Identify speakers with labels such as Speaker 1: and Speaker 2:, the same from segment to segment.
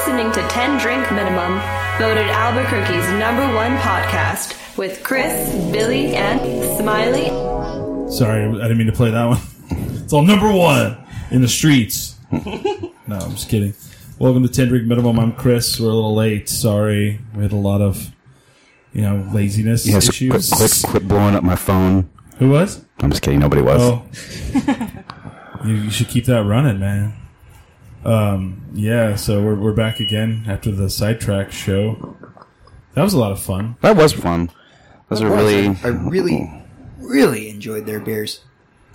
Speaker 1: 10 drink minimum, voted Albuquerque's number one podcast with Chris, Billy, and Smiley.
Speaker 2: Sorry, I didn't mean to play that one. It's all number one in the streets. no, I'm just kidding. Welcome to Ten Drink Minimum. I'm Chris. We're a little late. Sorry, we had a lot of you know laziness
Speaker 3: Yes, quit,
Speaker 2: issues.
Speaker 3: quit, quit blowing up my phone.
Speaker 2: Who was?
Speaker 3: I'm just kidding. Nobody was.
Speaker 2: Oh, you, you should keep that running, man. Um, yeah. So we're we're back again after the sidetrack show. That was a lot of fun.
Speaker 3: That was fun. Those are really.
Speaker 4: I really, really enjoyed their beers.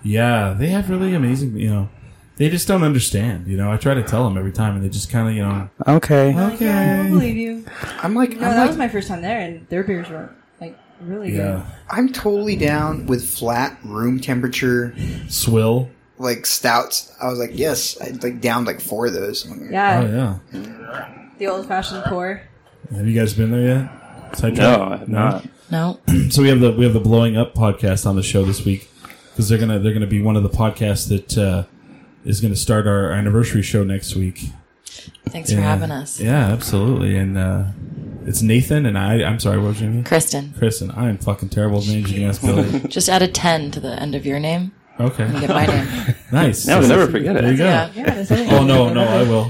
Speaker 2: Yeah, they have really amazing. You know, they just don't understand. You know, I try to tell them every time, and they just kind of you know.
Speaker 3: Okay.
Speaker 5: Yeah, I don't believe you.
Speaker 4: I'm like,
Speaker 5: No,
Speaker 4: I'm,
Speaker 5: that
Speaker 4: like
Speaker 5: was my first time there, and their beers were like really
Speaker 2: Yeah,
Speaker 4: I'm totally down with flat room temperature
Speaker 2: swill.
Speaker 4: like stouts. I was like, yes, I like downed like four of those. I'm like,
Speaker 5: good.
Speaker 6: Uh,
Speaker 5: Yeah,
Speaker 2: Oh yeah.
Speaker 5: the old fashioned pour.
Speaker 2: Have you guys been there yet? Sidetrack?
Speaker 7: No, I have not.
Speaker 6: No.
Speaker 2: So we have the we have the blowing up podcast on the show this week because they're gonna they're gonna be one of the podcasts that uh, is gonna start our anniversary show next week.
Speaker 6: Thanks for
Speaker 2: Yeah.
Speaker 6: having us.
Speaker 2: Yeah, absolutely. And uh, it's Nathan and I. I'm sorry, what was your name?
Speaker 6: Kristen,
Speaker 2: Kristen. I am fucking terrible at names. You can ask Billy.
Speaker 6: just add a 10 to the end of your name. You
Speaker 2: Okay,
Speaker 6: get my name.
Speaker 2: nice.
Speaker 7: Now we never forget
Speaker 2: There you
Speaker 7: it. Oh.
Speaker 2: go.
Speaker 6: Yeah.
Speaker 5: Yeah, that's it.
Speaker 2: Oh no, no, I will.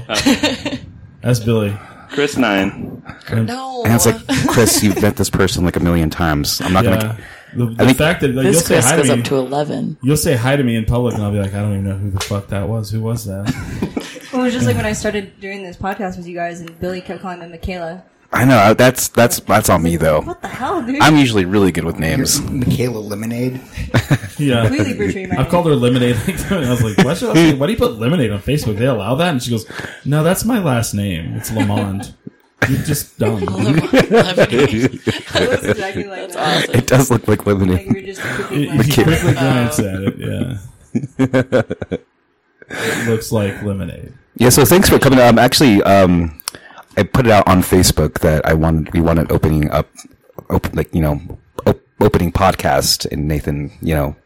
Speaker 2: That's Billy.
Speaker 7: Chris Nine.
Speaker 6: No.
Speaker 3: And it's like, Chris, you've met this person like a million times. I'm not
Speaker 2: Yeah.
Speaker 3: gonna.
Speaker 2: The, the
Speaker 3: think
Speaker 2: fact that like, you'll
Speaker 6: this
Speaker 2: say
Speaker 6: Chris
Speaker 2: hi
Speaker 6: goes
Speaker 2: to me,
Speaker 6: up to 11.
Speaker 2: you'll say hi to me in public, and I'll be like, I don't even know who the fuck that was. Who was that?
Speaker 5: Well, it was just like when I started doing this podcast with you guys, and Billy kept calling me Michaela.
Speaker 3: I know I- that's that's that's on me though.
Speaker 5: What the hell, dude?
Speaker 3: I'm usually really good with names.
Speaker 4: Michaela Lemonade.
Speaker 2: yeah.
Speaker 5: completely betrayed my
Speaker 2: I've called her lemonade. Like that, and I was like, why, should I say, why do you put lemonade on Facebook? They allow that? And she goes, no, that's my last name. It's Lamond. You're just dumb.
Speaker 5: It was exactly like that.
Speaker 3: It does look like
Speaker 5: Like
Speaker 3: lemonade.
Speaker 5: you were just quickly
Speaker 2: You you
Speaker 5: flashing.
Speaker 2: quickly glance at it. Yeah. it looks like lemonade.
Speaker 3: Yeah. So thanks for coming. Um, actually, um, I put it out on Facebook that I wanted we wanted opening up, open like you know, op- opening podcast, and Nathan, you know,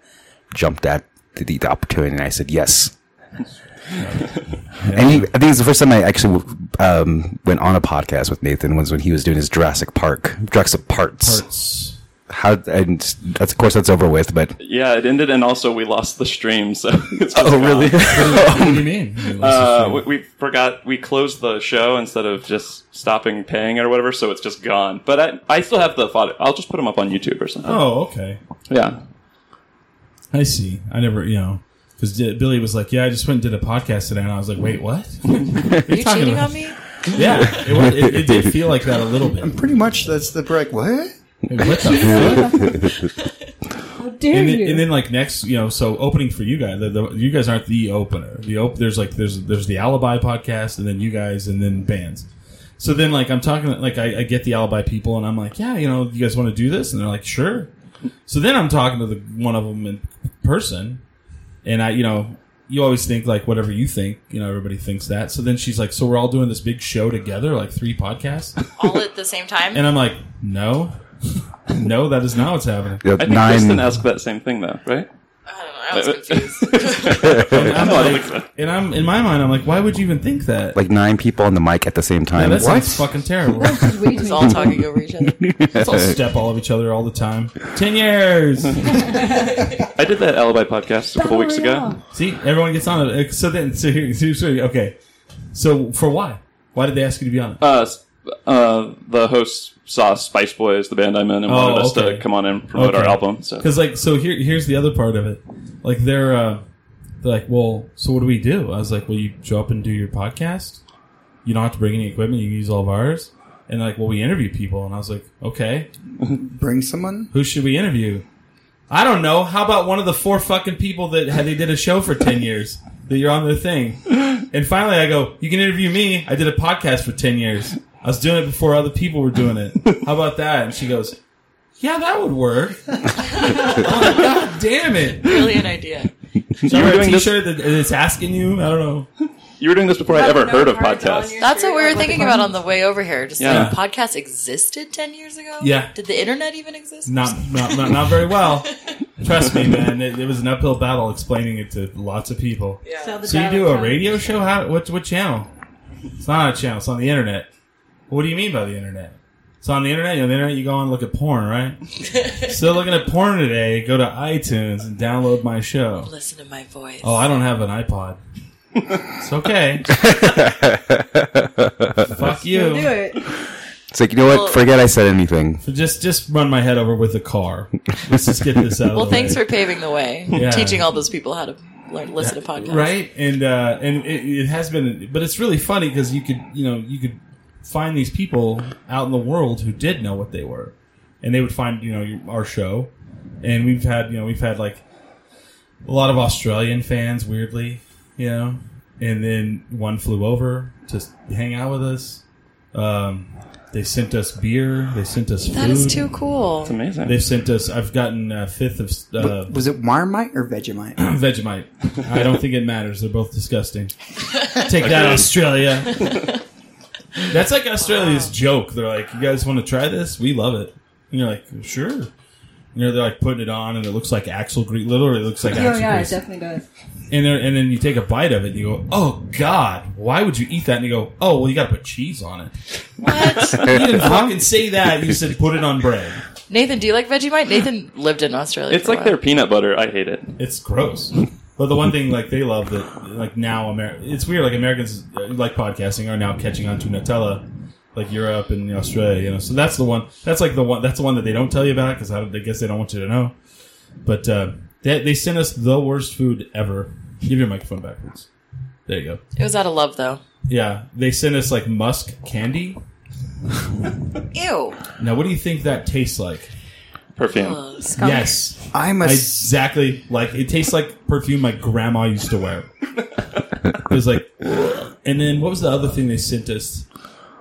Speaker 3: jumped at the, the opportunity, and I said yes. And he, I think it's the first time I actually um, went on a podcast with Nathan was when he was doing his Jurassic Park, Jurassic Parts.
Speaker 2: Parts.
Speaker 3: How and that's of course that's over with, but
Speaker 7: Yeah, it ended, and also we lost the stream. So it's just
Speaker 3: oh
Speaker 7: gone.
Speaker 3: really?
Speaker 2: What do you mean?
Speaker 7: Uh, we, we forgot we closed the show instead of just stopping paying it or whatever, so it's just gone. But I, I still have the thought. I'll just put them up on YouTube or something.
Speaker 2: oh, okay.
Speaker 7: Yeah,
Speaker 2: I see. I never, you know, because Billy was like, yeah, I just went and did a podcast today. And I was like, wait, what?
Speaker 6: Are
Speaker 2: talking
Speaker 6: you cheating
Speaker 2: about-
Speaker 6: on me?
Speaker 2: Yeah. It, was, it, it did feel like that a little bit.
Speaker 4: Pretty much that's the break. What?
Speaker 2: What the fuck?
Speaker 5: How dare
Speaker 2: and,
Speaker 5: you?
Speaker 2: then, and then like next you know so opening for you guys the, the, you guys aren't the opener the op- there's like there's there's the alibi podcast and then you guys and then bands so then like i'm talking like i, I get the alibi people and i'm like yeah you know you guys want to do this and they're like sure so then i'm talking to the one of them in person and i you know you always think like whatever you think you know everybody thinks that so then she's like so we're all doing this big show together like three podcasts
Speaker 6: All at the same time?
Speaker 2: and i'm like no no that is not what's happening
Speaker 3: Yeah,
Speaker 7: I think Kristen
Speaker 3: Nine.
Speaker 7: asked that same thing though, right?
Speaker 6: I don't know. I was confused.
Speaker 2: I'm
Speaker 7: No, I don't
Speaker 2: like-
Speaker 7: think so.
Speaker 2: And I'm in my mind, I'm like, why would you even think that?
Speaker 3: Like nine people on the mic at the same
Speaker 2: yeah,
Speaker 3: time.
Speaker 2: that
Speaker 3: what?
Speaker 2: sounds fucking terrible.
Speaker 5: Just way
Speaker 6: Just
Speaker 5: too-
Speaker 6: all talking over each other.
Speaker 2: Let's all step all of each other all the time. Ten years.
Speaker 7: I did that alibi podcast a couple weeks ago.
Speaker 2: See, everyone gets on it. Uh, So then, so here, so, so, okay. So for why? Why did they ask you to be on it?
Speaker 7: Uh, s- uh, the host saw Spice Boys, the band I'm in, and
Speaker 2: Oh,
Speaker 7: wanted us
Speaker 2: okay.
Speaker 7: to come on and promote our
Speaker 2: Okay.
Speaker 7: album. So
Speaker 2: Because like, so here, here's the other part of it. Like they're, uh, they're like, well, so what do we do? I was like, well, you show up and do your podcast. You don't have to bring any equipment. You can use all of ours. And they're like, well, we interview people. And I was like, okay.
Speaker 4: Bring someone?
Speaker 2: Who should we interview? I don't know. How about one of the four fucking people that had, they did a show for 10 years that you're on their thing? And finally I go, you can interview me. I did a podcast for 10 years. I was doing it before other people were doing it. How about that? And she goes, yeah, that would work. I'm like, God damn it. You
Speaker 6: Brilliant idea.
Speaker 2: wear a
Speaker 7: doing this-
Speaker 2: t-shirt that it's asking you? I don't know.
Speaker 7: you were doing this before I'd ever heard of podcasts.
Speaker 6: That's what we were thinking about on the way over here. Just
Speaker 7: Yeah.
Speaker 6: like podcasts existed 10 years ago?
Speaker 2: Yeah.
Speaker 6: Did the internet even exist?
Speaker 2: Not, not, not, not very well. Trust me, man. It, it was an uphill battle explaining it to lots of people.
Speaker 6: Yeah.
Speaker 2: So you do a radio show? How? What? What channel? It's not on a channel. It's on the internet. What do you mean by the internet? So on the internet, you know, the internet, you go on and look at porn, right? Still looking at porn today. Go to iTunes and download my show.
Speaker 6: Listen to my voice.
Speaker 2: Oh, I don't have an iPod. It's okay. Fuck
Speaker 5: Don't do
Speaker 2: you.
Speaker 5: it.
Speaker 3: It's like you know
Speaker 6: Well-
Speaker 3: what? Forget I said anything.
Speaker 2: Just just run my head over with a car. Let's just get this out. of
Speaker 6: well,
Speaker 2: the
Speaker 6: thanks
Speaker 2: way.
Speaker 6: for paving the way,
Speaker 2: Yeah.
Speaker 6: teaching all those people how to learn listen to podcasts.
Speaker 2: right and uh and it, it has been but it's really funny because you could you know you could find these people out in the world who did know what they were and they would find you know our show and we've had you know we've had like a lot of australian fans weirdly you know and then one flew over to s- hang out with us um they sent us beer they sent us food
Speaker 6: That is too cool.
Speaker 7: It's amazing.
Speaker 2: they've sent us i've gotten a fifth of s- uh,
Speaker 4: Was it Marmite or Vegemite?
Speaker 2: Vegemite. I don't think it matters. They're both disgusting. Take that, Australia. That's like Australia's joke. They're like, "You guys want to try this? We love it." And you're like, "Sure." You know, they're like putting it on, and it looks like Axel Grease. Literally, looks like
Speaker 5: Oh
Speaker 2: Axel
Speaker 5: yeah, it
Speaker 2: Grease.
Speaker 5: definitely does.
Speaker 2: And, they're- and then you take a bite of it, and you go, "Oh God, why would you eat that?" And you go, "Oh well, you got to put cheese on it."
Speaker 6: What?
Speaker 2: You didn't fucking say that. You said put it on bread.
Speaker 6: Nathan, do you like Vegemite? Nathan lived in Australia.
Speaker 7: It's
Speaker 6: for a
Speaker 7: like their
Speaker 6: while.
Speaker 7: peanut butter. I hate it.
Speaker 2: It's gross. But the one thing like they love that like now Amer- it's weird like Americans uh, like podcasting are now catching on to Nutella like Europe and Australia you know so that's the one that's like the one that's the one that they don't tell you about because I, don't- I guess they don't want you to know but uh, they they sent us the worst food ever give your microphone backwards there you go
Speaker 6: It was out of love, though.
Speaker 2: yeah they sent us like musk candy
Speaker 6: Ew.
Speaker 2: now what do you think that tastes like
Speaker 7: Perfume.
Speaker 6: Ugh, skunk.
Speaker 2: yes
Speaker 4: I'm a s-
Speaker 2: exactly like it tastes like perfume my grandma used to wear. it was like, and then what was the other thing they sent us?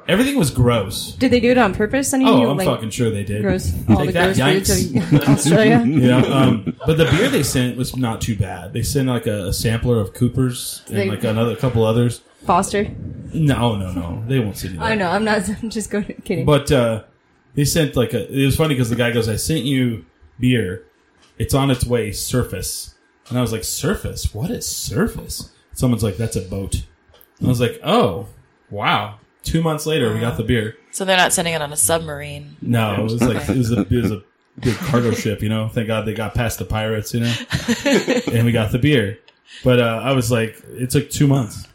Speaker 2: Everything was gross.
Speaker 5: Did they do it on purpose? Any
Speaker 2: Oh,
Speaker 5: you,
Speaker 2: I'm
Speaker 5: like
Speaker 2: fucking sure they did.
Speaker 5: gross all
Speaker 2: Take
Speaker 5: the
Speaker 2: that,
Speaker 5: gross foods
Speaker 2: yikes.
Speaker 5: of Australia?
Speaker 2: You know, um, but the beer they sent was not too bad. They sent like a, a sampler of Cooper's and
Speaker 5: They-
Speaker 2: like another a couple others.
Speaker 5: Foster.
Speaker 2: No, no, no, they won't send you. That.
Speaker 5: I know. I'm not. I'm just going kidding.
Speaker 2: But uh, they sent like a. It was funny because the guy goes, "I sent you beer. It's on its way. Surface." And I was like, "Surface? What is surface?" Someone's like, "That's a boat." And I was like, "Oh, wow." Two months later, we got the beer.
Speaker 6: So they're not sending it on a submarine.
Speaker 2: No, it was like it was a, it was a big cargo ship, you know. Thank God they got past the pirates, you know, and we got the beer. But uh, I was like, it took two months.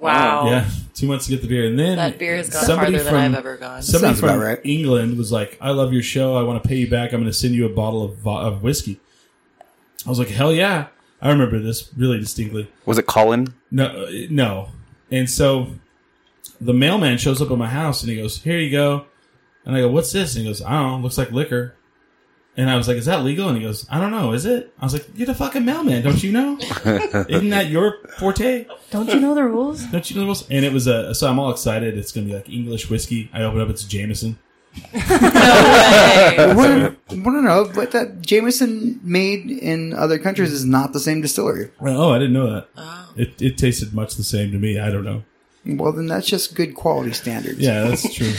Speaker 6: Wow.
Speaker 2: Yeah, two months to get the beer, and then
Speaker 6: That beer has gone
Speaker 2: somebody
Speaker 6: farther than
Speaker 2: from-
Speaker 6: I've ever gone.
Speaker 2: Somebody
Speaker 4: Sounds
Speaker 2: from
Speaker 4: about right.
Speaker 2: England was like, "I love your show. I want to pay you back. I'm going to send you a bottle of, vo- of whiskey." I was like, "Hell yeah!" I remember this really distinctly.
Speaker 3: Was it Colin?
Speaker 2: No, uh, no. And so the mailman shows up at my house and he goes, "Here you go." And I go, "What's this?" And he goes, "I don't know. Looks like liquor." And I was like, "Is that legal?" And he goes, "I don't know. Is it?" I was like, "You're the fucking mailman, don't you know? Isn't that your forte?"
Speaker 5: Don't you know the rules?
Speaker 2: Don't you know the rules? And it was a so I'm all excited. It's gonna be like English whiskey. I open up, it's Jameson.
Speaker 6: No way.
Speaker 4: Well, I want to know what that Jameson made in other countries is not the same distillery.
Speaker 2: Oh, I didn't know that. It it tasted much the same to me. I don't know.
Speaker 4: Well, then that's just good quality standards.
Speaker 2: Yeah, that's true.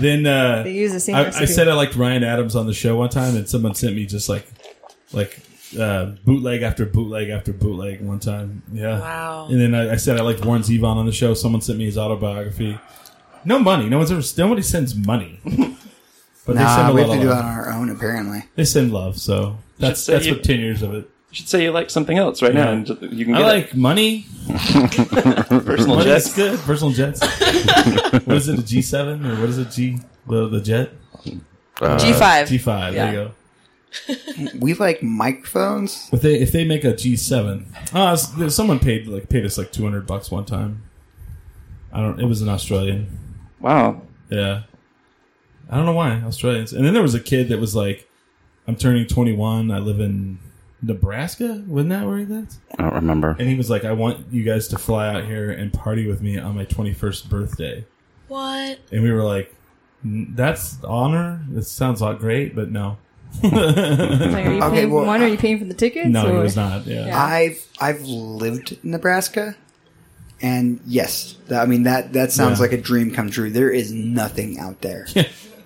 Speaker 2: then uh,
Speaker 5: They use the same
Speaker 2: I, I
Speaker 5: recipe.
Speaker 2: said I liked Ryan Adams on the show one time, and someone sent me just like like uh, bootleg after bootleg after bootleg one time. Yeah.
Speaker 6: Wow.
Speaker 2: And then I, I said I liked Warren Zevon on the show. Someone sent me his autobiography. No money. No one's ever. Nobody sends money. But they send
Speaker 4: Nah,
Speaker 2: a
Speaker 4: we
Speaker 2: lot
Speaker 4: have to
Speaker 2: of
Speaker 4: do
Speaker 2: love.
Speaker 4: that on our own, apparently.
Speaker 2: They send love, so that's
Speaker 7: say
Speaker 2: that's
Speaker 7: you-
Speaker 2: what ten years of it.
Speaker 7: You should say you like something else right now,
Speaker 2: Yeah.
Speaker 7: and just, you can
Speaker 2: I
Speaker 7: get
Speaker 2: like money.
Speaker 7: it. personal
Speaker 2: Money is
Speaker 7: jets.
Speaker 2: good. Personal jets. what is it? A G seven or what is it? G the the jet
Speaker 3: Uh,
Speaker 6: G five.
Speaker 2: Uh, G five.
Speaker 6: Yeah.
Speaker 2: There you go.
Speaker 4: We like microphones.
Speaker 2: If they if they make a G seven, uh, s- there- someone paid like paid us like two hundred bucks one time. I don't. It was an Australian.
Speaker 7: Wow.
Speaker 2: Yeah. I don't know why Australians. And then there was a kid that was like, "I'm turning 21. I live in Nebraska. Wasn't that where he lived?"
Speaker 3: I don't remember.
Speaker 2: And he was like, I want you guys to fly out here and party with me on my 21st birthday.
Speaker 6: What?
Speaker 2: And we were like, "N- that's honor. That sounds like great, but no.
Speaker 5: Like, are you
Speaker 4: Okay,
Speaker 5: paying
Speaker 4: well,
Speaker 5: for one? Are you paying for the tickets?
Speaker 2: No, he
Speaker 5: or-
Speaker 2: was not. Yeah.
Speaker 5: Yeah.
Speaker 4: I've I've lived in Nebraska, and yes, that, I mean that that sounds
Speaker 2: Yeah.
Speaker 4: like a dream come true. There is nothing out there.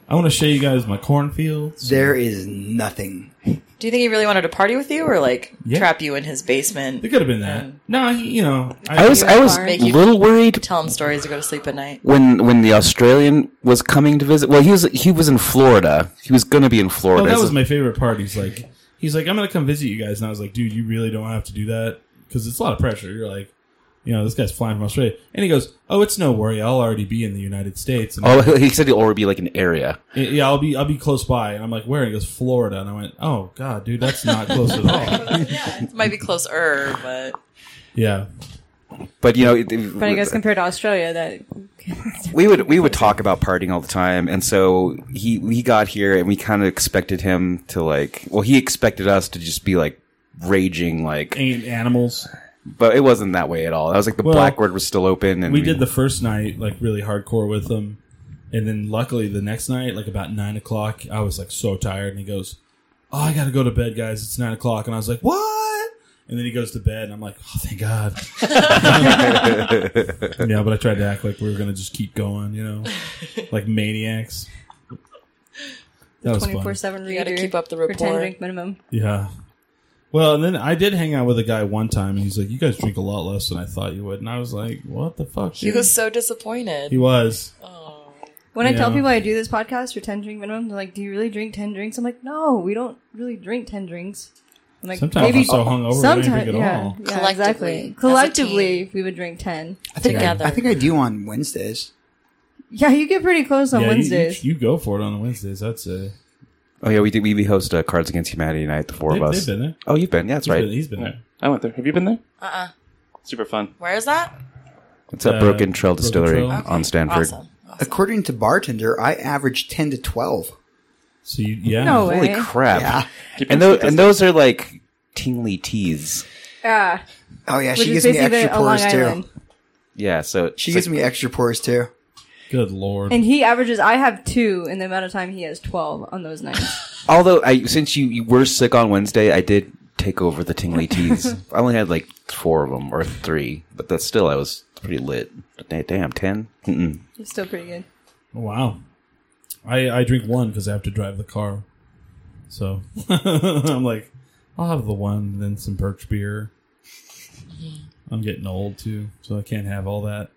Speaker 2: I want to show you guys my cornfields.
Speaker 4: There is nothing.
Speaker 6: Do you think he really wanted to party with you, or like
Speaker 2: Yeah.
Speaker 6: trap you in his basement?
Speaker 2: It could have been that. No, he, you know,
Speaker 3: I was I was
Speaker 6: Make
Speaker 3: a
Speaker 6: you-
Speaker 3: little worried
Speaker 6: Tell him stories to go to sleep at night.
Speaker 3: when when the Australian was coming to visit. Well, he was he was in Florida. He was gonna be in
Speaker 2: Oh,
Speaker 3: Florida.
Speaker 2: that was
Speaker 3: So-
Speaker 2: my favorite part. He's like, he's like, I'm gonna come visit you guys, and I was like, dude, you really don't have to do that because it's a lot of pressure. You're like, you know, this guy's flying from Australia, and he goes, oh, it's no worry, I'll already be in the United States, and
Speaker 3: oh, he said he'll already be like an area.
Speaker 2: yeah, I'll be I'll be close by, and I'm like, where? And he goes, Florida, and I went, oh god, dude, that's not close at all.
Speaker 6: It might be closer, but
Speaker 2: Yeah,
Speaker 3: But you know, it,
Speaker 5: But I guess compared to Australia, that
Speaker 3: we would we would talk about partying all the time, and so he he got here, and we kind of expected him to like. Well, he expected us to just be like raging, like.
Speaker 2: and animals.
Speaker 3: But it wasn't that way at all. I was like the
Speaker 2: Well,
Speaker 3: blackboard was still open, and
Speaker 2: We did the first night like really hardcore with them, and then luckily the next night, like about nine o'clock, I was like so tired, and he goes, "Oh, I gotta go to bed, guys. It's nine o'clock," and I was like, "What?" And then he goes to bed, and I'm like, "Oh, thank God." yeah, but I tried to act like we were gonna just keep going, you know, like maniacs. That was fun.
Speaker 5: twenty four seven
Speaker 6: You gotta
Speaker 5: reader
Speaker 6: keep up the
Speaker 5: for ten
Speaker 6: rapport.
Speaker 5: drink minimum.
Speaker 2: Yeah. Well, and then I did hang out with a guy one time, and he's like, "You guys drink a lot less than I thought you would," and I was like, "What the fuck?"
Speaker 6: he
Speaker 2: dude?"
Speaker 6: was so disappointed.
Speaker 2: He was.
Speaker 5: When I tell
Speaker 2: Yeah.
Speaker 5: people I do this podcast for ten drink minimum, they're like, "Do you really drink ten drinks?" I'm like, "No, we don't really drink ten drinks." I'm like,
Speaker 2: Sometimes we're so hungover, we don't drink
Speaker 5: sometimes,
Speaker 2: at
Speaker 5: yeah,
Speaker 2: all.
Speaker 5: yeah,
Speaker 6: Collectively, as
Speaker 5: exactly.
Speaker 6: a
Speaker 5: Collectively, we would drink ten.
Speaker 4: I think
Speaker 6: Together.
Speaker 4: I, I think I do on Wednesdays.
Speaker 5: Yeah, you get pretty close on
Speaker 2: Yeah, you-
Speaker 5: Wednesdays.
Speaker 2: You, you go for it on Wednesdays. That's it.
Speaker 3: Oh yeah, we did. We, we host uh, Cards Against Humanity night. The 4
Speaker 2: They've,
Speaker 3: of
Speaker 2: they've
Speaker 3: us.
Speaker 2: been there.
Speaker 3: Oh, you've been. Yeah, that's
Speaker 2: He's
Speaker 3: right.
Speaker 2: been- he's been there.
Speaker 7: I went there. Have you been there?
Speaker 6: Uh uh
Speaker 7: Super fun.
Speaker 6: Where is that?
Speaker 3: It's at
Speaker 2: Uh,
Speaker 3: Broken Trail
Speaker 2: Broken
Speaker 3: Distillery
Speaker 2: Trail.
Speaker 3: on Stanford.
Speaker 6: Awesome. awesome.
Speaker 4: According to bartender, I average ten to twelve.
Speaker 2: So you, yeah,
Speaker 5: no way.
Speaker 3: Holy crap!
Speaker 4: Yeah.
Speaker 7: Keep
Speaker 3: And
Speaker 7: your
Speaker 3: those and
Speaker 7: statistics.
Speaker 3: those are like tingly teas.
Speaker 5: Yeah,
Speaker 4: Oh yeah,
Speaker 5: which
Speaker 4: she
Speaker 5: is
Speaker 4: gives me
Speaker 5: basically
Speaker 4: extra
Speaker 5: the, a Long
Speaker 4: pours too.
Speaker 5: Island.
Speaker 3: Yeah, so
Speaker 4: She
Speaker 3: it's
Speaker 4: gives
Speaker 3: like-
Speaker 4: me extra pours too.
Speaker 2: good lord.
Speaker 5: And he averages. I have two in the amount of time he has twelve on those nights.
Speaker 3: Although I, since you, you were sick on Wednesday, I did take over the tingly teas. I only had like four of them or three, but that's still I was pretty lit. Da- Damn, ten. Mm-mm.
Speaker 5: it's still pretty good.
Speaker 2: wow, I I drink one because I have to drive the car. So I'm like, I'll have the one, then some birch beer. I'm getting old too, so I can't have all that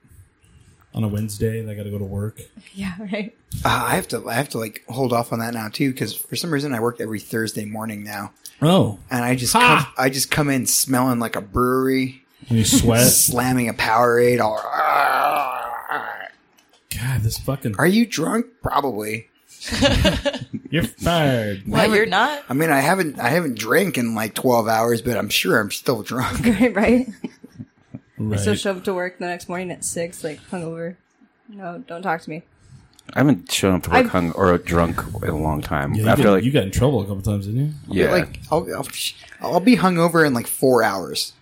Speaker 2: on a Wednesday. and I got to go to work.
Speaker 5: Yeah, right.
Speaker 4: Uh, I have to I have to like hold off on that now too because for some reason I work every Thursday morning now
Speaker 2: Oh,
Speaker 4: and I just
Speaker 2: Ha!
Speaker 4: come, I just come in smelling like a brewery,
Speaker 2: and you sweat.
Speaker 4: slamming a Powerade. All
Speaker 2: God, this fucking.
Speaker 4: are you drunk? Probably.
Speaker 2: You're fired.
Speaker 6: What, you're not?
Speaker 4: I mean, I haven't I haven't drank in like twelve hours, but I'm sure I'm still drunk.
Speaker 5: Right, right.
Speaker 2: Right.
Speaker 5: Still show up to work the next morning at six, like hungover. No, don't talk to me.
Speaker 3: I haven't shown up to work
Speaker 5: I've-
Speaker 3: hung or drunk in a long time.
Speaker 2: Yeah, you,
Speaker 3: After
Speaker 2: got,
Speaker 3: like
Speaker 2: you got in trouble a couple times, didn't you?
Speaker 3: yeah,
Speaker 4: Like I'll, I'll I'll be hungover in like four hours.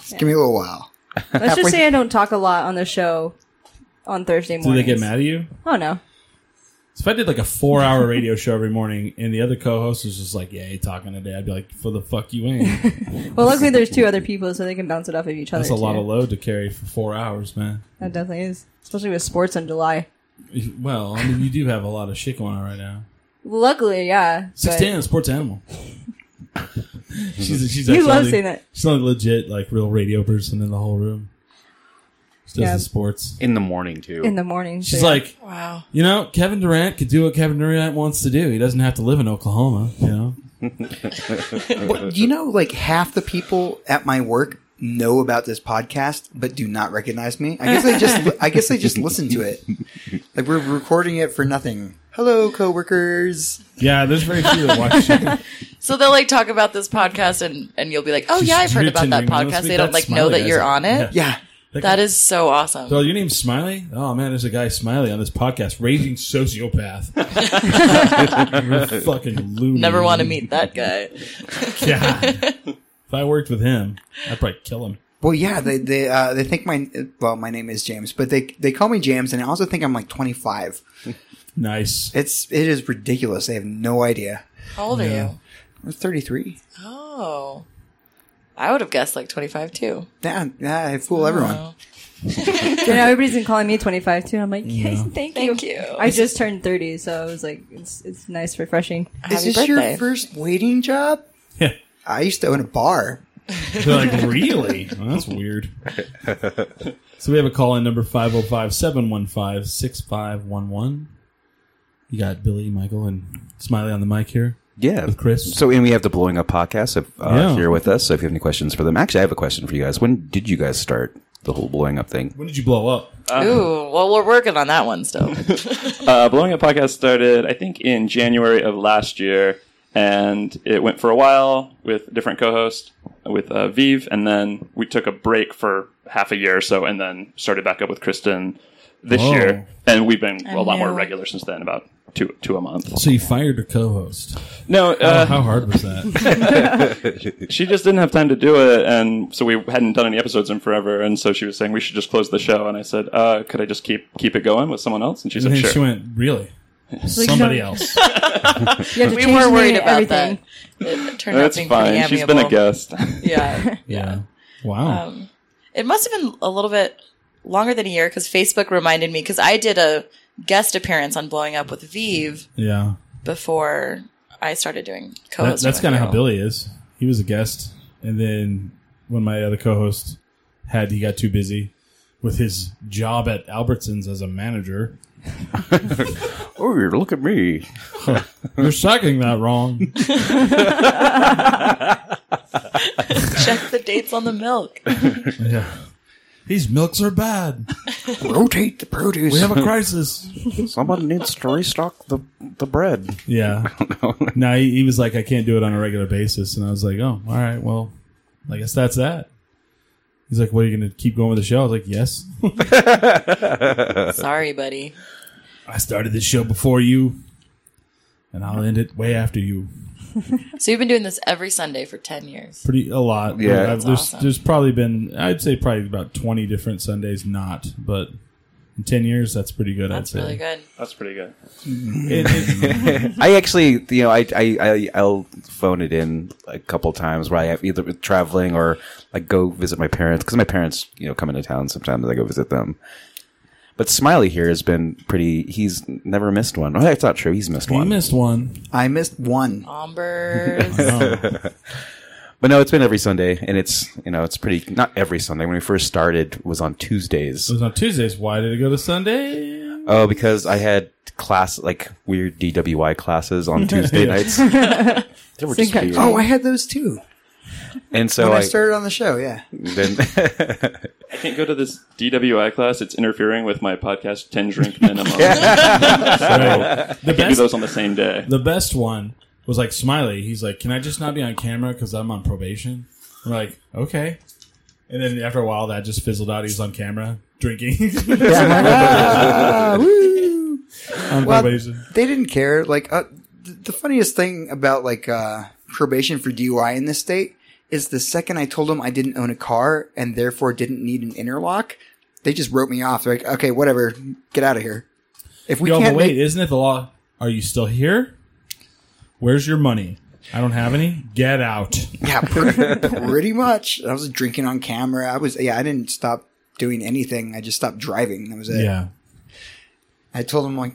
Speaker 4: Just give me a little while.
Speaker 5: Let's
Speaker 4: Halfway-
Speaker 5: just say I don't talk a lot on the show on Thursday
Speaker 2: Do they
Speaker 5: morning.
Speaker 2: get mad at you?
Speaker 5: Oh no.
Speaker 2: So if I did like a four hour radio show every morning and the other co host was just like, yeah, you talking today, I'd be like, for the fuck you ain't.
Speaker 5: Well, luckily there's two other people, so they can bounce it off of each other.
Speaker 2: That's a lot
Speaker 5: too.
Speaker 2: of load to carry for four hours, man.
Speaker 5: That definitely is, especially with sports in July.
Speaker 2: Well, I mean, you do have a lot of shit going on right now.
Speaker 5: Luckily, yeah. but-
Speaker 2: Sixteen, sports animal. she's a, she's
Speaker 5: You
Speaker 2: actually
Speaker 5: love
Speaker 2: only-
Speaker 5: saying that.
Speaker 2: She's the only legit like real radio person in the whole room. She does
Speaker 5: Yeah.
Speaker 2: the sports.
Speaker 3: in the morning too.
Speaker 5: in the morning. so
Speaker 2: She's
Speaker 5: yeah.
Speaker 2: like,
Speaker 6: Wow.
Speaker 2: you know, Kevin Durant could do what Kevin Durant wants to do. He doesn't have to live in Oklahoma. You know,
Speaker 4: But you know, like half the people at my work know about this podcast, but do not recognize me. I guess they just I guess they just listen to it. Like we're recording it for nothing. Hello, coworkers.
Speaker 2: yeah. There's very few that watch.
Speaker 6: So they'll like talk about this podcast and, and you'll be like, oh yeah, I've heard about that podcast. They don't like know that you're on it.
Speaker 4: Yeah,
Speaker 6: That is so awesome.
Speaker 2: So your name's Smiley? Oh man, there's a guy Smiley on this podcast, raging sociopath. You're fucking loony.
Speaker 6: Never want
Speaker 7: Mm.
Speaker 6: to meet that guy.
Speaker 2: God. if I worked with him, I'd probably kill him.
Speaker 4: Well, yeah, they they uh, they think my well, my name is James, but they they call me James, and I also think I'm like 25.
Speaker 2: Nice.
Speaker 4: It's it is ridiculous. They have no idea.
Speaker 6: How old are you?
Speaker 4: I'm 33.
Speaker 6: Oh. I would have guessed like 25 too.
Speaker 4: Yeah, yeah, I fool everyone.
Speaker 5: You know, everybody's been calling me 25 too. and I'm like, yes, thank,
Speaker 6: Thank
Speaker 5: you.
Speaker 6: you.
Speaker 5: I just turned 30, so I was like, it's it's nice, refreshing.
Speaker 6: Happy
Speaker 4: Is this
Speaker 6: birthday.
Speaker 4: your first waiting job?
Speaker 2: Yeah.
Speaker 4: I used to own a bar.
Speaker 2: They're like, really? Well, that's weird. so we have a call in number 505 715 6511. You got Billy, Michael, and Smiley on the mic here.
Speaker 3: Yeah,
Speaker 2: With Chris.
Speaker 3: So, and we have the blowing up podcast of, uh,
Speaker 2: Yeah.
Speaker 3: here with us. So, if you have any questions for them, actually, I have a question for you guys. When did you guys start the whole blowing up thing?
Speaker 2: When did you blow up?
Speaker 7: Uh-huh.
Speaker 6: Ooh, well, we're working on that one still.
Speaker 7: Uh, Blowing Up Podcast started, I think, in January of last year, and it went for a while with a different co-host with uh, Vive, and then we took a break for half a year or so, and then started back up with Kristen this
Speaker 2: Whoa.
Speaker 7: year, and we've been a lot
Speaker 6: knew
Speaker 7: more
Speaker 6: it.
Speaker 7: regular since then, about two two a month.
Speaker 2: So you fired a co host.
Speaker 7: No, uh,
Speaker 2: How hard was that?
Speaker 7: she just didn't have time to do it, and so we hadn't done any episodes in forever, and so she was saying we should just close the show, and I said, uh, could I just keep keep it going with someone else? And she
Speaker 2: and
Speaker 7: said,
Speaker 2: then
Speaker 7: sure.
Speaker 2: she went, really? Somebody
Speaker 5: so-
Speaker 2: else.
Speaker 5: You have to
Speaker 6: we
Speaker 5: change
Speaker 6: were
Speaker 5: the
Speaker 6: worried
Speaker 5: name and
Speaker 6: about
Speaker 5: everything.
Speaker 6: that. It turned
Speaker 7: That's
Speaker 6: out being pretty
Speaker 7: fine.
Speaker 6: amiable.
Speaker 7: She's been a guest.
Speaker 6: Yeah.
Speaker 2: Yeah. Wow.
Speaker 6: It must have been a little bit longer than a year because Facebook reminded me because I did a guest appearance on Blowing Up with Vive
Speaker 2: yeah.
Speaker 6: before I started doing
Speaker 2: That,
Speaker 6: co-host.
Speaker 2: that's
Speaker 6: with
Speaker 2: kind of how
Speaker 6: Carol.
Speaker 2: Billy is. He was a guest, and then when my other co-host had he got too busy with his job at Albertsons as a manager.
Speaker 3: Oh, look at me.
Speaker 2: You're sucking that wrong.
Speaker 6: Check the dates on the milk.
Speaker 2: yeah. These milks are bad.
Speaker 4: Rotate the produce.
Speaker 2: We have a crisis.
Speaker 3: Somebody needs to restock the, the bread.
Speaker 2: Yeah. No, he, he was like, I can't do it on a regular basis, and I was like, Oh, all right. Well, I guess that's that. He's like, "What are you going to keep going with the show?" I was like, "Yes."
Speaker 6: Sorry, buddy.
Speaker 2: I started this show before you, and I'll end it way after you.
Speaker 6: So you've been doing this every Sunday for ten years.
Speaker 2: pretty a lot.
Speaker 3: Yeah.
Speaker 2: I've-
Speaker 3: That's
Speaker 2: there's
Speaker 6: awesome.
Speaker 2: there's probably been I'd say probably about twenty different Sundays not, but in ten years that's pretty good.
Speaker 6: That's
Speaker 2: I'd say
Speaker 6: really good.
Speaker 7: That's pretty good.
Speaker 2: It- it-
Speaker 3: I actually, you know, I, I, I, I'll phone it in a couple times where I have either with traveling or like go visit my parents because my parents, you know, come into town sometimes. I go visit them. But Smiley here has been pretty, he's never missed one. Oh, that's not true. He's missed
Speaker 2: you
Speaker 3: one.
Speaker 2: missed one.
Speaker 4: I missed one.
Speaker 6: Bombers.
Speaker 2: Oh,
Speaker 3: But no, it's been every Sunday, and it's you know it's pretty not every Sunday. When we first started, was on Tuesdays.
Speaker 2: it
Speaker 4: Mm-hmm.
Speaker 2: was on Tuesdays. Why did it go to Sunday?
Speaker 3: Oh, because I had class like weird DWI classes on Tuesday
Speaker 2: Yeah.
Speaker 3: nights. they were just
Speaker 5: Synchro-
Speaker 3: weird.
Speaker 4: Oh, I had those too.
Speaker 3: and so
Speaker 4: When
Speaker 3: I,
Speaker 4: I started on the show, yeah.
Speaker 3: then
Speaker 7: I can't go to this DWI class. It's interfering with my podcast, 10 Drink Minimum.
Speaker 2: Right. The
Speaker 7: Do
Speaker 2: best,
Speaker 7: those on the same day.
Speaker 2: the best one was like Smiley. He's like, "Can I just not be on camera because I'm on probation?" I'm like, "Okay." And then after a while, that just fizzled out. He was on camera drinking on
Speaker 4: Well,
Speaker 2: probation.
Speaker 4: they didn't care. Like uh, th- the funniest thing about like uh, probation for DUI in this state is the second I told them I didn't own a car and therefore didn't need an interlock, they just wrote me off. They're like, okay, whatever, get out of here. If we
Speaker 2: Yo, but
Speaker 4: can't
Speaker 2: wait,
Speaker 4: make,
Speaker 2: isn't it the law? Are you still here? Where's your money? I don't have any. Get out.
Speaker 4: yeah, pretty, pretty much. I was drinking on camera. I was yeah, I didn't stop doing anything. I just stopped driving. That was it.
Speaker 2: Yeah.
Speaker 4: I told them like,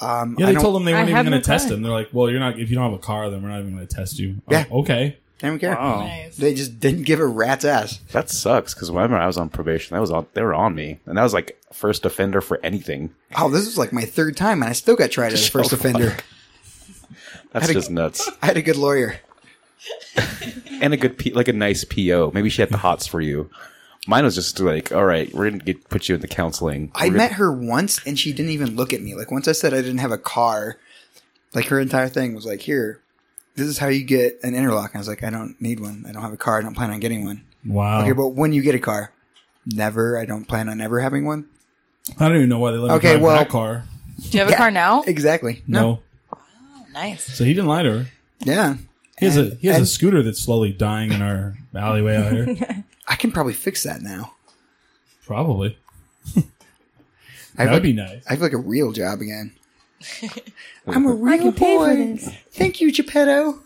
Speaker 4: um,
Speaker 2: Yeah,
Speaker 4: I
Speaker 2: they
Speaker 4: don't,
Speaker 2: told him they
Speaker 5: I
Speaker 2: weren't even
Speaker 5: have
Speaker 2: going to
Speaker 5: no
Speaker 2: test
Speaker 5: car.
Speaker 2: him. They're like, well, you're not, if you don't have a car, then we're not even going to test you. Oh,
Speaker 4: Yeah.
Speaker 2: okay.
Speaker 4: they don't care.
Speaker 6: nice.
Speaker 4: They just didn't give a rat's ass.
Speaker 3: that sucks because remember I was on probation. That was on they were on me, and that was like first offender for anything.
Speaker 4: Oh, this was like my third time, and I still got tried as a first
Speaker 3: Oh,
Speaker 4: offender.
Speaker 3: fuck. That's
Speaker 4: Had a-
Speaker 3: just nuts.
Speaker 4: I had a good lawyer.
Speaker 3: And a good P, like a nice PO. Maybe she had the hots for you. Mine was just like, all right, we're gonna get, put you into counseling.
Speaker 4: I
Speaker 3: We're
Speaker 4: met her once and she didn't even look at me. Like once I said I didn't have a car, like her entire thing was like, "Here, this is how you get an interlock." And I was like, "I don't need one. I don't have a car. I don't plan on getting one."
Speaker 2: Wow.
Speaker 4: Okay, but when you get a car, never. I don't plan on ever having one.
Speaker 2: I don't even know why they let me
Speaker 4: Okay,
Speaker 2: drive
Speaker 4: well-
Speaker 2: that car.
Speaker 6: Do you have a
Speaker 4: Yeah.
Speaker 6: car now?
Speaker 4: Exactly.
Speaker 2: No.
Speaker 4: No.
Speaker 6: Nice.
Speaker 2: So he didn't lie to her.
Speaker 4: Yeah,
Speaker 2: He has, a, he has a
Speaker 4: and-
Speaker 2: scooter that's slowly dying in our alleyway out here.
Speaker 4: I can probably fix that now.
Speaker 2: Probably. That
Speaker 4: I have,
Speaker 2: would
Speaker 4: like,
Speaker 2: be nice.
Speaker 4: I have like a real job again. I'm a real
Speaker 5: pay for
Speaker 4: boy.
Speaker 5: this.
Speaker 4: Thank you, Geppetto.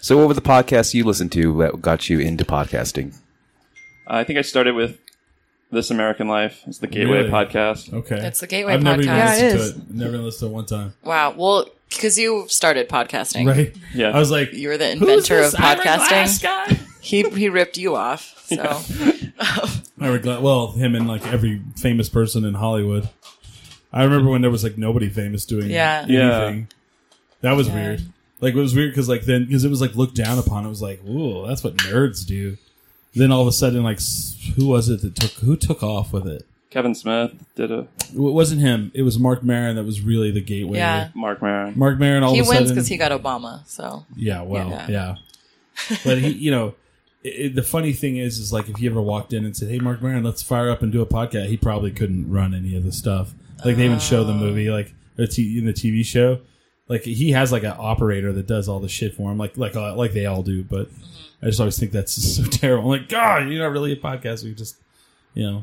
Speaker 3: So, what were the podcasts you listened to that got you into podcasting?
Speaker 7: I think I started with This American Life. It's the Gateway
Speaker 2: Really?
Speaker 7: podcast.
Speaker 2: Okay,
Speaker 6: It's the Gateway
Speaker 2: I've never even
Speaker 6: podcast.
Speaker 5: Yeah, it
Speaker 2: listened to it. Never listened to it one time.
Speaker 6: Wow. Well, because you started podcasting,
Speaker 2: Right?
Speaker 7: Yeah.
Speaker 2: I was like,
Speaker 6: You were the
Speaker 2: "Who's
Speaker 6: inventor
Speaker 2: this
Speaker 6: of
Speaker 2: Ira Glass
Speaker 6: podcasting.
Speaker 2: guy?"
Speaker 6: He he ripped you off. So
Speaker 2: I regret. Well, him and like every famous person in Hollywood. I remember when there was like nobody famous doing
Speaker 6: Yeah.
Speaker 7: Yeah.
Speaker 2: anything. That was weird. Like it was weird because like then because it was like looked down upon. It was like, ooh, that's what nerds do. Then all of a sudden, like, s- who was it that took who took off with it?
Speaker 7: Kevin Smith did a
Speaker 2: It wasn't him. It was Mark Maron that was really the gateway.
Speaker 6: Yeah.
Speaker 7: Mark Maron.
Speaker 2: Mark Maron. All
Speaker 6: he
Speaker 2: of a
Speaker 6: wins
Speaker 2: sudden,
Speaker 6: because he got Obama. So
Speaker 2: Yeah, well,
Speaker 6: Yeah.
Speaker 2: yeah. but he, you know, i i the funny thing is, is like if he ever walked in and said, "Hey, Mark Maron, let's fire up and do a podcast," he probably couldn't run any of the stuff. Like they even show
Speaker 6: Oh.
Speaker 2: the movie, like or t- in the TV show, like he has like an operator that does all the shit for him, like like uh, like they all do. But
Speaker 6: Mm-hmm.
Speaker 2: I just always think that's so terrible. I'm like, God, you're not really a podcast. We just, you know,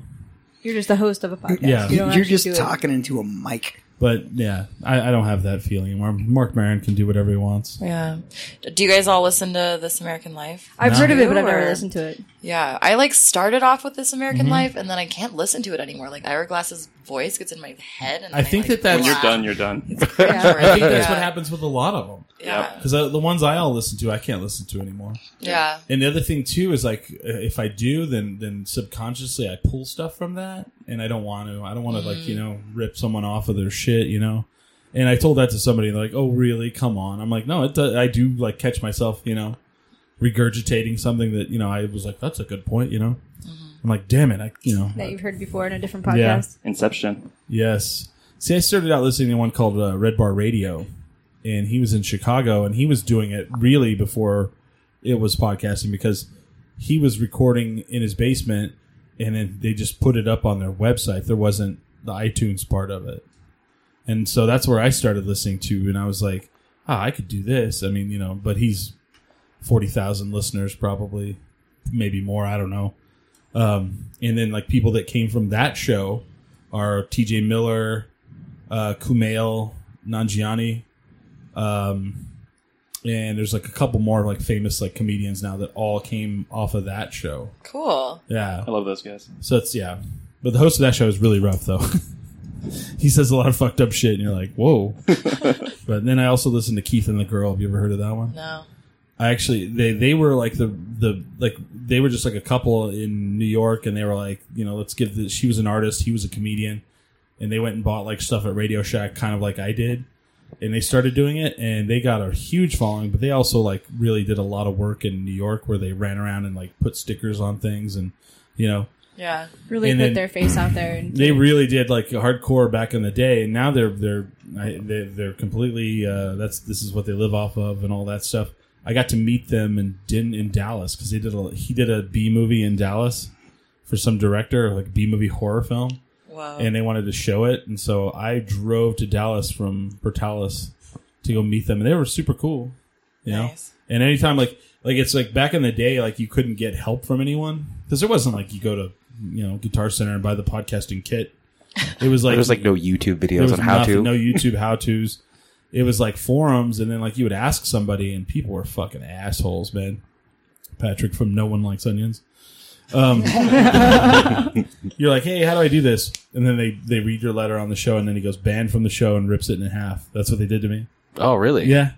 Speaker 5: You're just the host of a podcast.
Speaker 2: Yeah.
Speaker 5: You don't
Speaker 4: You're
Speaker 5: actually do
Speaker 4: just
Speaker 5: it.
Speaker 4: talking into a mic.
Speaker 2: but yeah, I, I don't have that feeling anymore. Mark Maron can do whatever he wants.
Speaker 6: yeah. Do you guys all listen to This American Life?
Speaker 5: I've heard of it, but I've never
Speaker 6: Sure.
Speaker 5: listened to it.
Speaker 6: Yeah, I like started off with This American
Speaker 2: Mm-hmm.
Speaker 6: Life, and then I can't listen to it anymore. Like Ira Glass's voice gets in my head, and
Speaker 2: I think that
Speaker 6: like,
Speaker 2: that's-
Speaker 7: When you're
Speaker 6: laugh.
Speaker 7: done, you're done.
Speaker 6: Yeah.
Speaker 2: I think that's
Speaker 6: Yeah.
Speaker 2: what happens with a lot of them.
Speaker 6: Yeah,
Speaker 2: Because uh, the ones I all listen to, I can't listen to anymore.
Speaker 6: yeah,
Speaker 2: And the other thing too is like, uh, if I do, then then subconsciously I pull stuff from that, and I don't want to. I don't want to like you know rip someone off of their shit, you know. And I told that to somebody, and they're like, "Oh, really? Come on!" I'm like, "No, it does, I do like catch myself, you know, regurgitating something that you know I was like, that's a good point, you know." I'm like, "Damn it, I you know."
Speaker 5: That you've heard before in a different
Speaker 2: Yeah.
Speaker 5: podcast.
Speaker 7: Inception.
Speaker 2: Yes. See, I started out listening to one called uh, Red Bar Radio, and he was in Chicago, and he was doing it really before it was podcasting because he was recording in his basement, and then they just put it up on their website. There wasn't the iTunes part of it, and so that's where I started listening to, and I was like, ah, I could do this. I mean, you know, but he's forty thousand listeners probably, maybe more. I don't know. Um, and then like people that came from that show are TJ Miller, uh, Kumail Nanjiani, um, and there's like a couple more like famous like comedians now that all came off of that show.
Speaker 6: cool.
Speaker 2: Yeah,
Speaker 7: I love those guys.
Speaker 2: so it's yeah. But the host of that show is really rough though. he says a lot of fucked up shit, and you're like, whoa. but then I also listened to Keith and the Girl. Have you ever heard of that one?
Speaker 6: No,
Speaker 2: I actually they they were like the the like they were just like a couple in New York and they were like you know let's give this she was an artist he was a comedian and they went and bought like stuff at Radio Shack kind of like I did and they started doing it and they got a huge following but they also like really did a lot of work in New York where they ran around and like put stickers on things and you know
Speaker 6: yeah,
Speaker 5: Really
Speaker 2: And
Speaker 5: put
Speaker 2: then-
Speaker 5: their face out there. And
Speaker 2: they really did like hardcore back in the day and now they're they're I- they're, they're completely uh, that's this is what they live off of and all that stuff i got to meet them in din in dallas because they did a he did a b movie in dallas for some director like b movie horror film
Speaker 6: wow,
Speaker 2: and they wanted to show it and so i drove to dallas from portales to go meet them and they were super cool you know
Speaker 6: Nice.
Speaker 2: and anytime like like it's like back in the day like you couldn't get help from anyone because there wasn't like you go to you know guitar center and buy the podcasting kit it was like
Speaker 3: There was like no YouTube
Speaker 2: there
Speaker 3: videos
Speaker 2: was
Speaker 3: on how
Speaker 2: nothing-
Speaker 3: to.
Speaker 2: no youtube how to's it was like forums and then like you would ask somebody and people were fucking assholes man patrick from no one likes onions um, you're like hey how do i do this and then they they read your letter on the show and then he goes banned from the show and rips it in half that's what they did to me
Speaker 3: oh, really?
Speaker 2: yeah.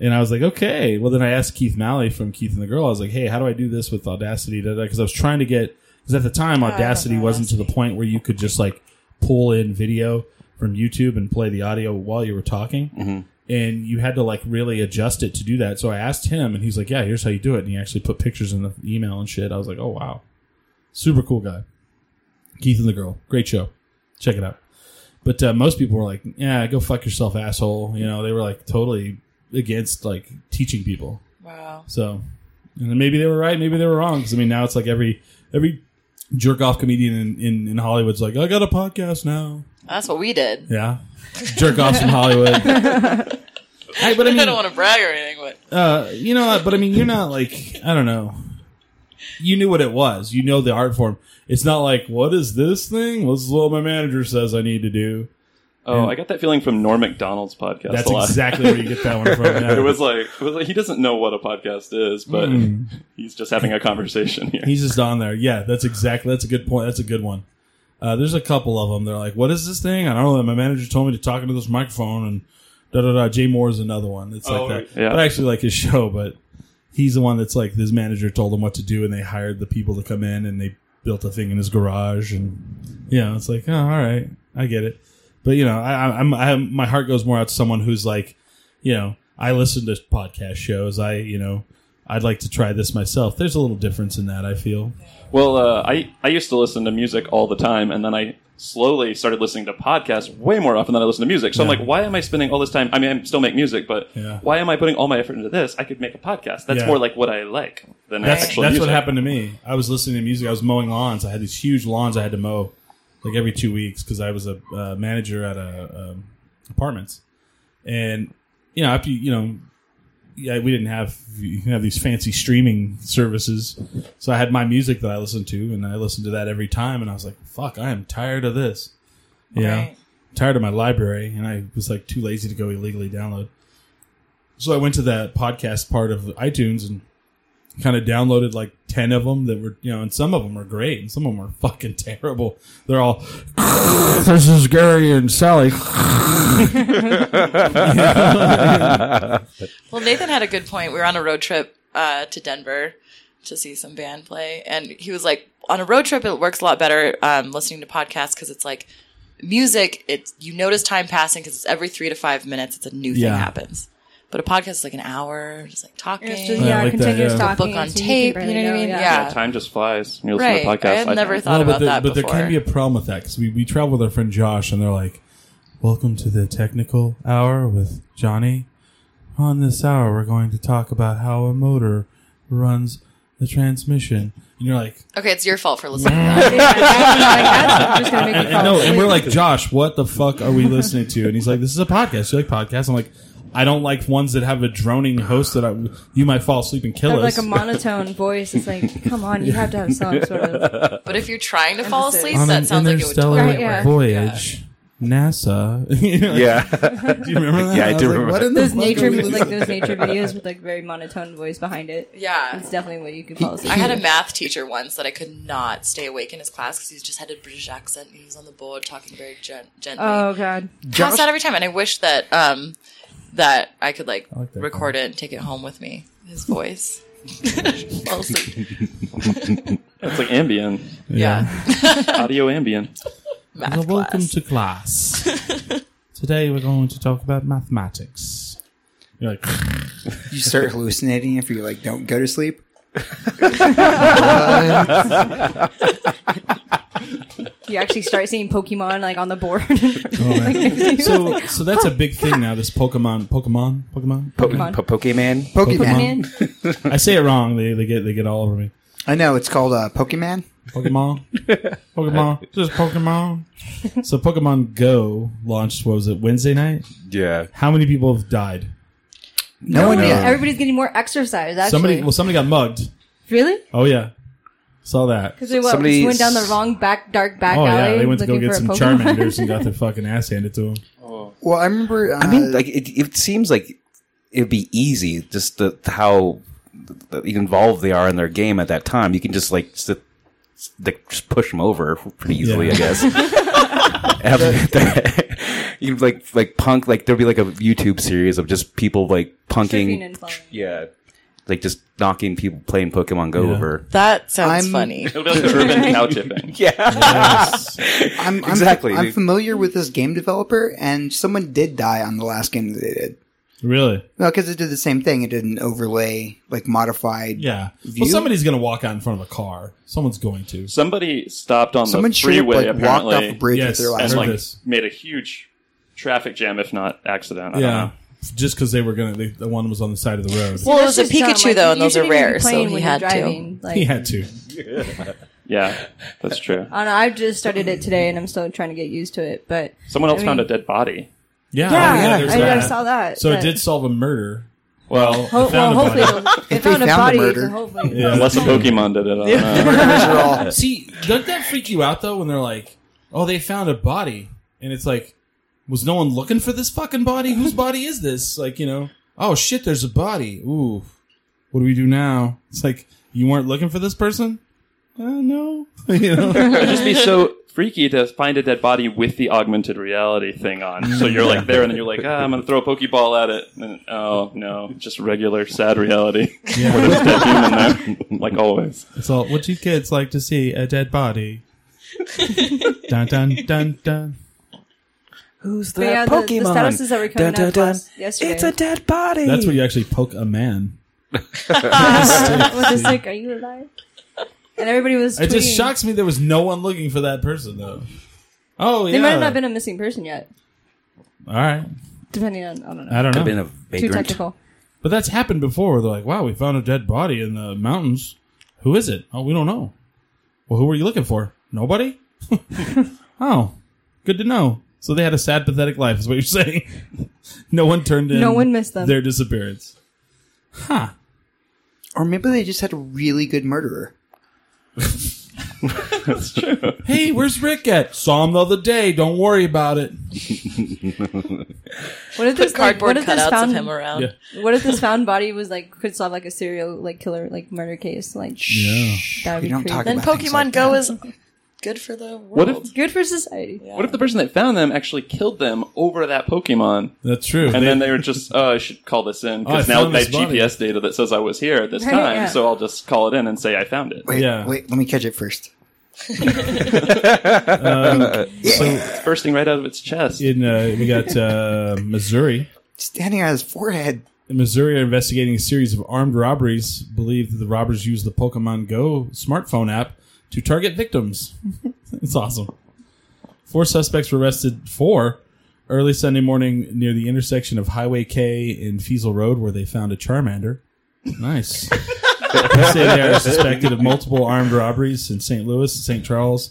Speaker 2: And I was like, okay. Well, then I asked Keith Malley from Keith and the Girl. I was like, hey, how do I do this with Audacity? Because I was trying to get because at the time Audacity wasn't to the point where you could just like pull in video from YouTube and play the audio while you were talking, and you had to like really adjust it to do that. So I asked him, and he's like, yeah, here's how you do it. And he actually put pictures in the email and shit. I was like, oh wow, super cool guy. Keith and the Girl, great show. Check it out. But uh, most people were like, "Yeah, go fuck yourself, asshole." You know, they were like totally against like teaching people.
Speaker 6: wow.
Speaker 2: So, and then maybe they were right, maybe they were wrong. Because I mean, now it's like every every jerk off comedian in, in in Hollywood's like, "I got a podcast now."
Speaker 6: That's what we did.
Speaker 2: Yeah, jerk offs from Hollywood. Hey, but I
Speaker 6: I
Speaker 2: mean,
Speaker 6: don't want to brag or anything, but
Speaker 2: uh, you know, but I mean, you're not like I don't know. You knew what it was. You know the art form. It's not like what is this thing? Well, this is what my manager says I need to do.
Speaker 7: Oh, I got that feeling from Norm McDonald's podcast.
Speaker 2: That's
Speaker 7: a lot.
Speaker 2: exactly where you get that one from. yeah.
Speaker 7: it was like it was like he doesn't know what a podcast is, but
Speaker 2: Hmm.
Speaker 7: he's just having a conversation here.
Speaker 2: He's just on there. Yeah, that's exactly. That's a good point. That's a good one. Uh, there's a couple of them. They're like, "What is this thing?" I don't know. My manager told me to talk into this microphone, and da da da. Jay Moore is another one. It's
Speaker 7: Oh,
Speaker 2: like that.
Speaker 7: yeah.
Speaker 2: But I actually like his show. But he's the one that's like his manager told him what to do, and they hired the people to come in, and they built a thing in his garage, and you know, it's like, oh, all right, I get it. But you know, I, I- I'm, I, my heart goes more out to someone who's like, you know, I listen to podcast shows. I, you know, I'd like to try this myself. There's a little difference in that. I feel.
Speaker 7: Well, uh, I I used to listen to music all the time, and then I slowly started listening to podcasts way more often than I listen to music. So I'm like, why am I spending all this time? I mean, I still make music, but
Speaker 2: Yeah.
Speaker 7: why am I putting all my effort into this? I could make a podcast. That's
Speaker 2: Yeah.
Speaker 7: more like what I like than
Speaker 2: That's
Speaker 7: actual
Speaker 2: that's
Speaker 7: music.
Speaker 2: what happened to me. I was listening to music. I was mowing lawns. I had these huge lawns I had to mow like every two weeks because I was a uh, manager at a um, apartments. And you know, after you you know, yeah, we didn't have you didn't have these fancy streaming services, so I had my music that I listened to, and I listened to that every time. And I was like, "Fuck, I am tired of this." Yeah,
Speaker 6: Right.
Speaker 2: tired of my library, and I was like too lazy to go illegally download. So I went to that podcast part of iTunes and kind of downloaded like 10 of them that were, you know, and some of them were great and some of them were fucking terrible. They're all, this is Gary and Sally.
Speaker 6: Well, Nathan had a good point. We were on a road trip uh, to Denver to see some band play, and he was like, "On a road trip, it works a lot better um, listening to podcasts because it's like music. It's you notice time passing because it's every three to five minutes. It's a new thing
Speaker 2: Yeah.
Speaker 6: happens, but a podcast is like an hour, just like talking,
Speaker 5: It's just,
Speaker 2: I
Speaker 5: yeah,
Speaker 2: like that,
Speaker 5: continuous
Speaker 2: yeah.
Speaker 5: talking.
Speaker 6: book on
Speaker 5: so you can
Speaker 6: tape. You know
Speaker 5: barely
Speaker 6: what I
Speaker 5: know,
Speaker 6: mean? Yeah,
Speaker 7: Yeah, time just flies. when You listen
Speaker 6: Right.
Speaker 7: to podcasts.
Speaker 6: I had never
Speaker 7: don't.
Speaker 6: thought
Speaker 2: but
Speaker 6: about
Speaker 2: there,
Speaker 6: that
Speaker 2: but there
Speaker 6: before.
Speaker 2: can be a problem with that because we, we travel with our friend Josh and they're like, welcome to the technical hour with Johnny. On this hour, we're going to talk about how a motor runs the transmission. And you're like,
Speaker 6: okay, it's your fault for listening. to that.
Speaker 5: Yeah, that's, like, that's just gonna make me
Speaker 2: and,
Speaker 5: fall
Speaker 2: and no, and
Speaker 5: asleep.
Speaker 2: we're like, Josh, what the fuck are we listening to? And he's like, this is a podcast. You like podcasts? I'm like, I don't like ones that have a droning host that I, you might fall asleep and
Speaker 5: I
Speaker 2: kill
Speaker 5: have
Speaker 2: us.
Speaker 5: like a monotone voice. It's like, come on, you have to have some sort of.
Speaker 6: But if you're trying to fall
Speaker 5: Emphasis.
Speaker 6: asleep,
Speaker 2: on
Speaker 6: that
Speaker 2: an
Speaker 6: sounds like it would
Speaker 2: interstellar
Speaker 6: totally
Speaker 5: Right, yeah.
Speaker 6: work.
Speaker 2: voyage, NASA. You know,
Speaker 3: yeah.
Speaker 2: Do you remember that?
Speaker 3: Yeah, I
Speaker 2: was
Speaker 3: do
Speaker 2: like,
Speaker 3: remember
Speaker 2: what
Speaker 3: that.
Speaker 2: in the
Speaker 5: Those
Speaker 2: fuck
Speaker 5: nature,
Speaker 2: are we-
Speaker 5: like those nature videos with like very monotone voice behind it.
Speaker 6: Yeah.
Speaker 5: it's definitely what you can fall asleep.
Speaker 6: I had a math teacher once that I could not stay awake in his class because he just had a British accent. and He was on the board talking very gen- gently.
Speaker 5: Oh god,
Speaker 6: Pass out every time, and I wish that um that I could like,
Speaker 2: like that
Speaker 6: record it and take it home with me. His voice. Fall asleep.
Speaker 7: It's like ambient
Speaker 6: yeah.
Speaker 7: audio ambient.
Speaker 6: Math
Speaker 2: So welcome
Speaker 6: class.
Speaker 2: to class. Today we're going to talk about mathematics. You're like,
Speaker 4: You start hallucinating if you like don't go to sleep.
Speaker 5: you actually start seeing Pokemon like on the board.
Speaker 2: oh, man. so, so that's a big thing now. This Pokemon, Pokemon, Pokemon,
Speaker 3: Po-
Speaker 5: Pokemon.
Speaker 3: po- Pokemon.
Speaker 4: Pokemon.
Speaker 5: Man,
Speaker 2: I say it wrong. They, they get they get all over me.
Speaker 4: I know it's called uh, Pokemon.
Speaker 2: Pokemon, Pokemon, just Pokemon. So Pokemon Go launched. What was it? Wednesday night.
Speaker 3: Yeah.
Speaker 2: How many people have died?
Speaker 4: No, one
Speaker 5: everybody-
Speaker 4: did.
Speaker 5: everybody's getting more exercise. Actually,
Speaker 2: Somebody. Well, somebody got mugged.
Speaker 5: really.
Speaker 2: Oh yeah, saw that.
Speaker 5: Because they what,
Speaker 3: Somebody-
Speaker 5: went down the wrong back, dark back
Speaker 2: Oh
Speaker 5: alley.
Speaker 2: yeah, they went to go
Speaker 5: looking
Speaker 2: get some
Speaker 5: for a Pokemon.
Speaker 2: Charmanders and got their fucking ass handed to them.
Speaker 4: Well, I remember. Uh,
Speaker 3: I mean, like it, it seems like it'd be easy just the, how involved they are in their game at that time. You can just like sit, like just push them over pretty easily,
Speaker 2: Yeah.
Speaker 3: I guess. Have- you like like punk like there'd be like a YouTube series of just people like
Speaker 5: Tripping
Speaker 3: punking,
Speaker 5: and falling.
Speaker 3: yeah, like just knocking people playing Pokemon Go
Speaker 2: Yeah.
Speaker 3: over.
Speaker 6: That sounds
Speaker 4: I'm-
Speaker 6: funny.
Speaker 7: It'll be like urban cow tipping.
Speaker 3: Yeah,
Speaker 4: I'm, I'm,
Speaker 3: exactly,
Speaker 4: I'm
Speaker 3: dude.
Speaker 4: familiar with this game developer, and someone did die on the last game that they did.
Speaker 2: Really?
Speaker 4: No, because it did the same thing. It did an overlay, like modified.
Speaker 2: Yeah.
Speaker 4: View?
Speaker 2: Well, somebody's gonna walk out in front of a car. Someone's going to.
Speaker 7: Somebody stopped on
Speaker 4: Someone
Speaker 7: the
Speaker 4: should have
Speaker 7: freeway
Speaker 4: like
Speaker 7: apparently
Speaker 4: walked off a bridge
Speaker 2: Yes,
Speaker 4: with their
Speaker 2: I
Speaker 4: last
Speaker 7: and
Speaker 2: heard
Speaker 7: like
Speaker 4: one.
Speaker 2: this.
Speaker 7: made a huge traffic jam, if not accident. I don't
Speaker 2: Yeah.
Speaker 7: know.
Speaker 2: Just because they were gonna, they, the one was on the side of the road.
Speaker 6: Well, it was a
Speaker 5: That's just dumb.
Speaker 6: Pikachu
Speaker 5: Like,
Speaker 6: though,
Speaker 5: you
Speaker 6: and those are
Speaker 5: shouldn't even be
Speaker 6: rare, so
Speaker 5: playing
Speaker 6: he
Speaker 5: when you're
Speaker 6: had to.
Speaker 5: driving. Like,
Speaker 2: He had to.
Speaker 7: Yeah, that's true.
Speaker 5: I don't know. I just started it today, and I'm still trying to get used to it. But
Speaker 7: Someone else
Speaker 5: I
Speaker 7: found a
Speaker 5: mean-
Speaker 7: dead body.
Speaker 2: Yeah.
Speaker 5: yeah,
Speaker 2: oh,
Speaker 5: I,
Speaker 2: there's
Speaker 5: I
Speaker 2: that.
Speaker 5: saw that.
Speaker 2: So
Speaker 5: but-
Speaker 2: it did solve a murder.
Speaker 7: Well,
Speaker 5: Ho- well,
Speaker 2: found a
Speaker 5: hopefully,
Speaker 2: body.
Speaker 5: it'll- they
Speaker 4: If they
Speaker 5: found a
Speaker 4: found a
Speaker 5: body.
Speaker 4: murder.
Speaker 5: So hopefully,
Speaker 2: Yeah.
Speaker 7: unless a Pokemon did it, I don't know.
Speaker 4: Murders are all.
Speaker 2: See, doesn't that freak you out though when they're like, "Oh, they found a body," and it's like, was no one looking for this fucking body? Whose body is this? Like, you know, oh shit, there's a body. Ooh, what do we do now? It's like, you weren't looking for this person? Uh, no. you know?
Speaker 7: It'd just be so freaky to find a dead body with the augmented reality thing on. So you're like there, and then you're like, ah, I'm gonna throw a pokeball at it. And, oh no, just regular sad reality.
Speaker 2: yeah.
Speaker 7: There's a dead human there, like always.
Speaker 2: It's all, what you kids like to see a dead body. dun dun dun dun.
Speaker 3: Who's
Speaker 5: But yeah, the, the statuses that were coming out to us yesterday.
Speaker 3: dead body.
Speaker 2: That's where you actually poke a man.
Speaker 5: with this, like, are you alive? And everybody was. Tweeting.
Speaker 2: It just shocks me there was no one looking for that person though. Oh yeah.
Speaker 5: They might have not been a missing person yet,
Speaker 2: All right.
Speaker 5: depending on I don't know.
Speaker 2: I don't know.
Speaker 3: I've been a
Speaker 5: Oh. Too
Speaker 3: vagrant.
Speaker 5: technical.
Speaker 2: but that's happened before. They're like, "Wow, we found a dead body in the mountains. Who is it? Oh, we don't know. Well, who were you looking for? Nobody. oh, good to know. So they had a sad, pathetic life, is what you're saying. no one turned in.
Speaker 5: No one missed them.
Speaker 2: Their disappearance. Huh.
Speaker 4: Or maybe they just had a really good murderer.
Speaker 7: That's true.
Speaker 2: Hey, where's Rick at? Saw him the other day. Don't worry about it.
Speaker 5: What if
Speaker 6: Put
Speaker 5: this like, what
Speaker 6: cardboard
Speaker 5: if this
Speaker 6: cutouts
Speaker 5: found
Speaker 6: of him around.
Speaker 2: Yeah.
Speaker 5: what if this found body was like could solve like a serial like killer like murder case like
Speaker 2: Yeah.
Speaker 5: that would
Speaker 4: We
Speaker 5: be
Speaker 4: don't
Speaker 5: crazy.
Speaker 4: talk
Speaker 6: Then
Speaker 4: about things
Speaker 6: Pokemon
Speaker 4: like
Speaker 6: Go
Speaker 4: that.
Speaker 6: is good for the world.
Speaker 7: What if-
Speaker 5: Good for society.
Speaker 7: What if the person that found them actually killed them over that Pokemon?
Speaker 2: That's true.
Speaker 7: And then they were just, oh, I should call this in
Speaker 2: Oh, I
Speaker 7: because now
Speaker 2: found
Speaker 7: I
Speaker 2: this
Speaker 7: have
Speaker 2: body.
Speaker 7: GPS data that says I was here at this
Speaker 5: Right,
Speaker 7: time,
Speaker 5: yeah.
Speaker 7: so I'll just call it in and say I found it.
Speaker 4: Wait,
Speaker 2: Yeah.
Speaker 4: wait, let me catch it first.
Speaker 7: It's bursting right out of its chest.
Speaker 2: in uh, we got uh, Missouri.
Speaker 4: Standing on his forehead.
Speaker 2: In Missouri are investigating a series of armed robberies. Believed that the robbers used the Pokemon Go smartphone app to target victims. it's awesome. Four suspects were arrested for early Sunday morning near the intersection of Highway K and Fiesel Road, where they found a Charmander. Nice. they say they are suspected of multiple armed robberies in St. Louis and St. Charles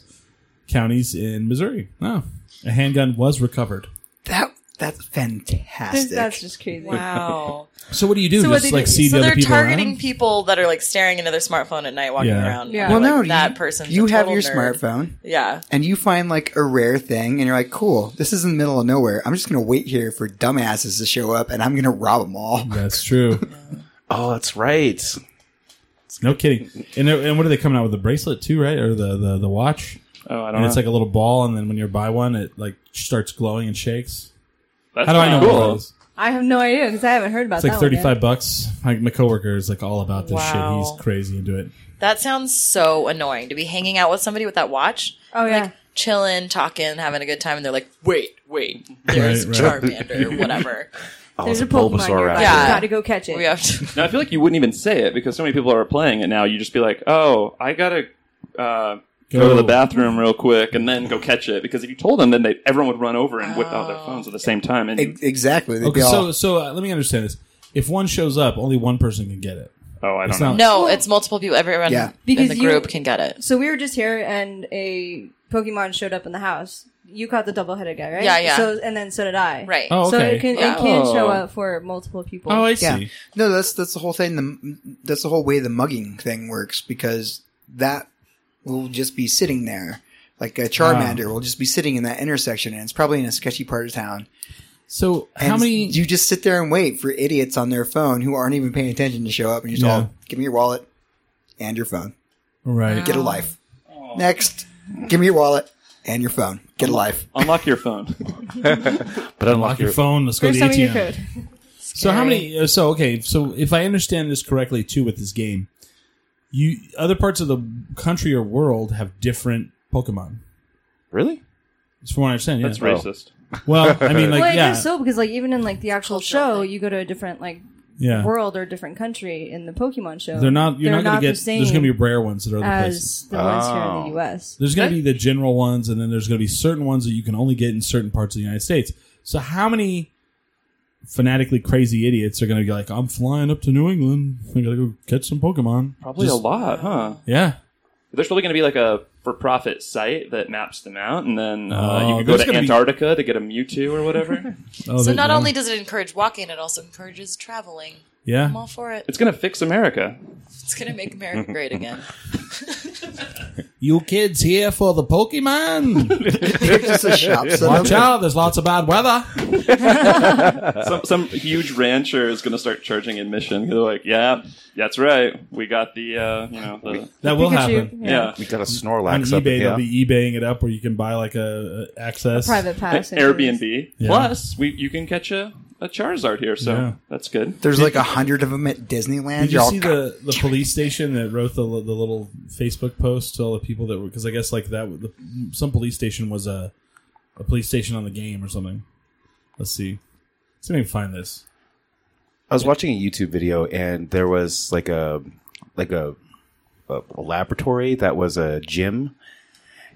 Speaker 2: counties in Missouri. Oh, a handgun was recovered.
Speaker 4: That that's fantastic.
Speaker 5: That's just crazy.
Speaker 6: Wow.
Speaker 2: So what do you do?
Speaker 6: So what
Speaker 2: Just
Speaker 6: they
Speaker 2: like
Speaker 6: do,
Speaker 2: see
Speaker 6: so
Speaker 2: the
Speaker 6: they're
Speaker 2: other people around?
Speaker 6: targeting people that are like staring into their smartphone at night, walking
Speaker 2: Yeah.
Speaker 6: around.
Speaker 5: Yeah.
Speaker 6: And
Speaker 4: well,
Speaker 6: they're
Speaker 4: no,
Speaker 6: like, that
Speaker 4: you,
Speaker 6: person's
Speaker 4: you
Speaker 6: a
Speaker 4: have
Speaker 6: total
Speaker 4: your
Speaker 6: nerd.
Speaker 4: smartphone
Speaker 6: Yeah,
Speaker 4: and you find like a rare thing, and you're like, "Cool, this is in the middle of nowhere. I'm just gonna wait here for dumbasses to show up, and I'm gonna rob them all."
Speaker 2: That's true.
Speaker 3: Oh, that's right.
Speaker 2: No kidding. And they're- and what are they coming out with the bracelet too, right? Or the the, the watch?
Speaker 7: Oh, I don't
Speaker 2: And
Speaker 7: know.
Speaker 2: it's like a little ball, and then when you buy one, it like starts glowing and shakes.
Speaker 7: That's
Speaker 2: How do I know?
Speaker 7: kinda
Speaker 2: what
Speaker 7: Oh, cool.
Speaker 2: it is?
Speaker 5: I have no idea because I haven't heard about
Speaker 2: It's
Speaker 4: Oh,
Speaker 2: like
Speaker 5: that. one yet.
Speaker 2: thirty five bucks. Like my coworker is like all about this
Speaker 6: Wow.
Speaker 2: shit. He's crazy into it.
Speaker 6: that sounds so annoying to be hanging out with somebody with that watch,
Speaker 5: Oh yeah.
Speaker 6: chilling, talking, having a good time, and they're like, "Wait, wait, there's
Speaker 2: Right, right.
Speaker 6: Charmander, whatever."
Speaker 3: Oh,
Speaker 5: There's a
Speaker 3: it's
Speaker 5: Pokemon. Pokemon
Speaker 3: around
Speaker 5: yeah.
Speaker 6: Yeah.
Speaker 3: here.
Speaker 5: Got to go catch it.
Speaker 6: We have to.
Speaker 7: Now I feel like you wouldn't even say it because so many people are playing it now. You just be like, "Oh, I gotta uh, go. to
Speaker 2: Go.
Speaker 7: the bathroom real quick and then go catch it." Because if you told them, then they, everyone would run over and whip out their
Speaker 5: Oh.
Speaker 7: phones at the same time. And
Speaker 4: E- exactly. They'd
Speaker 2: Okay,
Speaker 4: be all-
Speaker 2: so so uh, let me understand this. If one shows up, only one person can get it.
Speaker 7: oh, I
Speaker 2: It's
Speaker 7: don't know.
Speaker 2: not-
Speaker 6: No, it's multiple people. Everyone
Speaker 4: Yeah.
Speaker 6: in
Speaker 5: Because
Speaker 6: the
Speaker 5: you-
Speaker 6: group can get it.
Speaker 5: So we were just here, and a Pokemon showed up in the house. You caught the double-headed guy, right?
Speaker 6: Yeah, yeah.
Speaker 5: So and then so did I.
Speaker 6: Right.
Speaker 2: Oh,
Speaker 5: So
Speaker 2: okay.
Speaker 5: it can
Speaker 6: Yeah.
Speaker 5: it can show
Speaker 7: Oh.
Speaker 5: up for multiple people.
Speaker 2: oh, I see.
Speaker 4: yeah, no, that's that's the whole thing. The, that's the whole way the mugging thing works because that will just be sitting there. Like a Charmander
Speaker 2: Ah.
Speaker 4: will just be sitting in that intersection, and it's probably in a sketchy part of town.
Speaker 2: So
Speaker 4: And
Speaker 2: how many?
Speaker 4: You just sit there and wait for idiots on their phone who aren't even paying attention to show up, and you're just
Speaker 2: Yeah.
Speaker 4: all, "Give me your wallet and your phone.
Speaker 2: right.
Speaker 4: Get a life." Next, give me your wallet and your phone. Get a life.
Speaker 7: Unlock your phone.
Speaker 3: But unlock
Speaker 2: Lock your
Speaker 3: your
Speaker 2: phone. Let's go to the
Speaker 5: First time in your
Speaker 2: ATM.
Speaker 5: code.
Speaker 2: So how many? uh, So okay. So if I understand this correctly, too, with this game, you other parts of the country or world have different Pokemon.
Speaker 3: Really?
Speaker 2: It's from what I understand. Yeah.
Speaker 7: That's racist.
Speaker 2: Well, I mean, like,
Speaker 5: well, I
Speaker 2: yeah,
Speaker 5: guess so because like even in like the actual show, you go to a different like
Speaker 2: yeah.
Speaker 5: world or different country in the Pokemon show.
Speaker 2: They're not. You're
Speaker 5: They're
Speaker 2: not going to
Speaker 5: the
Speaker 2: get. There's going to be rare ones that are other places.
Speaker 5: as the ones here in the
Speaker 3: Oh.
Speaker 5: U.S.
Speaker 2: There's going to be the general ones, and then there's going to be certain ones that you can only get in certain parts of the United States. So how many fanatically crazy idiots are going to be like, "I'm flying up to New England. I got to go catch some Pokemon."
Speaker 7: Probably a lot, huh?
Speaker 2: Yeah.
Speaker 7: There's probably going to be like a for-profit site that maps them out, and then uh,
Speaker 2: Oh,
Speaker 7: you can go
Speaker 2: there's
Speaker 7: to
Speaker 2: gonna be-
Speaker 7: Antarctica to get a Mewtwo or whatever.
Speaker 2: Oh,
Speaker 6: So
Speaker 2: they-
Speaker 6: not
Speaker 2: yeah.
Speaker 6: only does it encourage walking, it also encourages traveling.
Speaker 2: yeah,
Speaker 6: I'm all for it.
Speaker 7: it's going to fix America.
Speaker 6: It's going to make America great again.
Speaker 2: You kids here for the Pokemon?
Speaker 4: They're just a shop set up.
Speaker 2: Watch out! There's lots of bad weather.
Speaker 7: some some huge rancher is going to start charging admission. They're like, yeah, that's right. We got the uh, you know the
Speaker 2: That will
Speaker 5: Pikachu,
Speaker 2: happen.
Speaker 5: yeah.
Speaker 7: yeah,
Speaker 8: We got a
Speaker 2: On
Speaker 8: Snorlax up
Speaker 2: eBay,
Speaker 8: here.
Speaker 2: they'll be eBaying it up where you can buy like a, a access
Speaker 5: Private pass. and things.
Speaker 7: Airbnb.
Speaker 2: Yeah.
Speaker 7: Plus, we you can catch a, a Charizard here, so
Speaker 2: Yeah.
Speaker 7: that's good.
Speaker 4: There's like a hundred of them at Disneyland.
Speaker 2: Did you
Speaker 4: Y'all
Speaker 2: see the, the police station that wrote the, li- the little Facebook post to all the people that were because I guess like that w- the, some police station was a a police station on the game or something. Let's see. Let's see if we can find this.
Speaker 8: I was watching a YouTube video and there was like a like a, a, a laboratory that was a gym,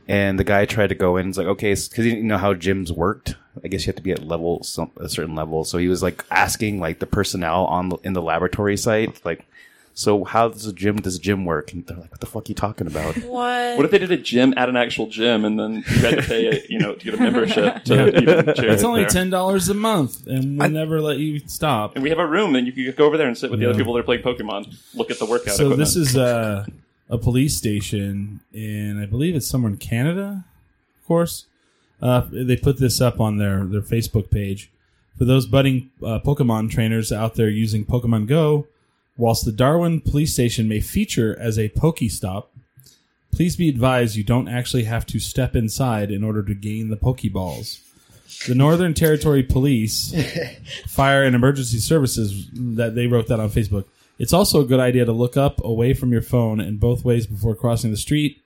Speaker 8: and the guy tried to go in. He's like, okay, because he didn't know how gyms worked. I guess you have to be at level some a certain level. So he was like asking like the personnel on the, in the laboratory site like. So how does a gym does a gym work? And they're like, "What the fuck are you talking about?"
Speaker 6: What?
Speaker 7: What if they did a gym at an actual gym, and then you had to pay, a, you know, to get a membership to even cheer
Speaker 2: It's only
Speaker 7: there?
Speaker 2: ten dollars a month, and we'll never let you stop.
Speaker 7: And we have a room, and you can go over there and sit with the
Speaker 2: Yeah.
Speaker 7: other people that are playing Pokemon. Look at the workout.
Speaker 2: So
Speaker 7: equipment.
Speaker 2: this is uh, a police station in, I believe it's somewhere in Canada, of course. Uh, they put this up on their, their Facebook page. For those budding uh, Pokemon trainers out there using Pokemon Go, whilst the Darwin police station may feature as a Pokestop, please be advised you don't actually have to step inside in order to gain the Pokeballs. The Northern Territory Police fire and emergency services that they wrote that on Facebook. It's also a good idea to look up away from your phone in both ways before crossing the street.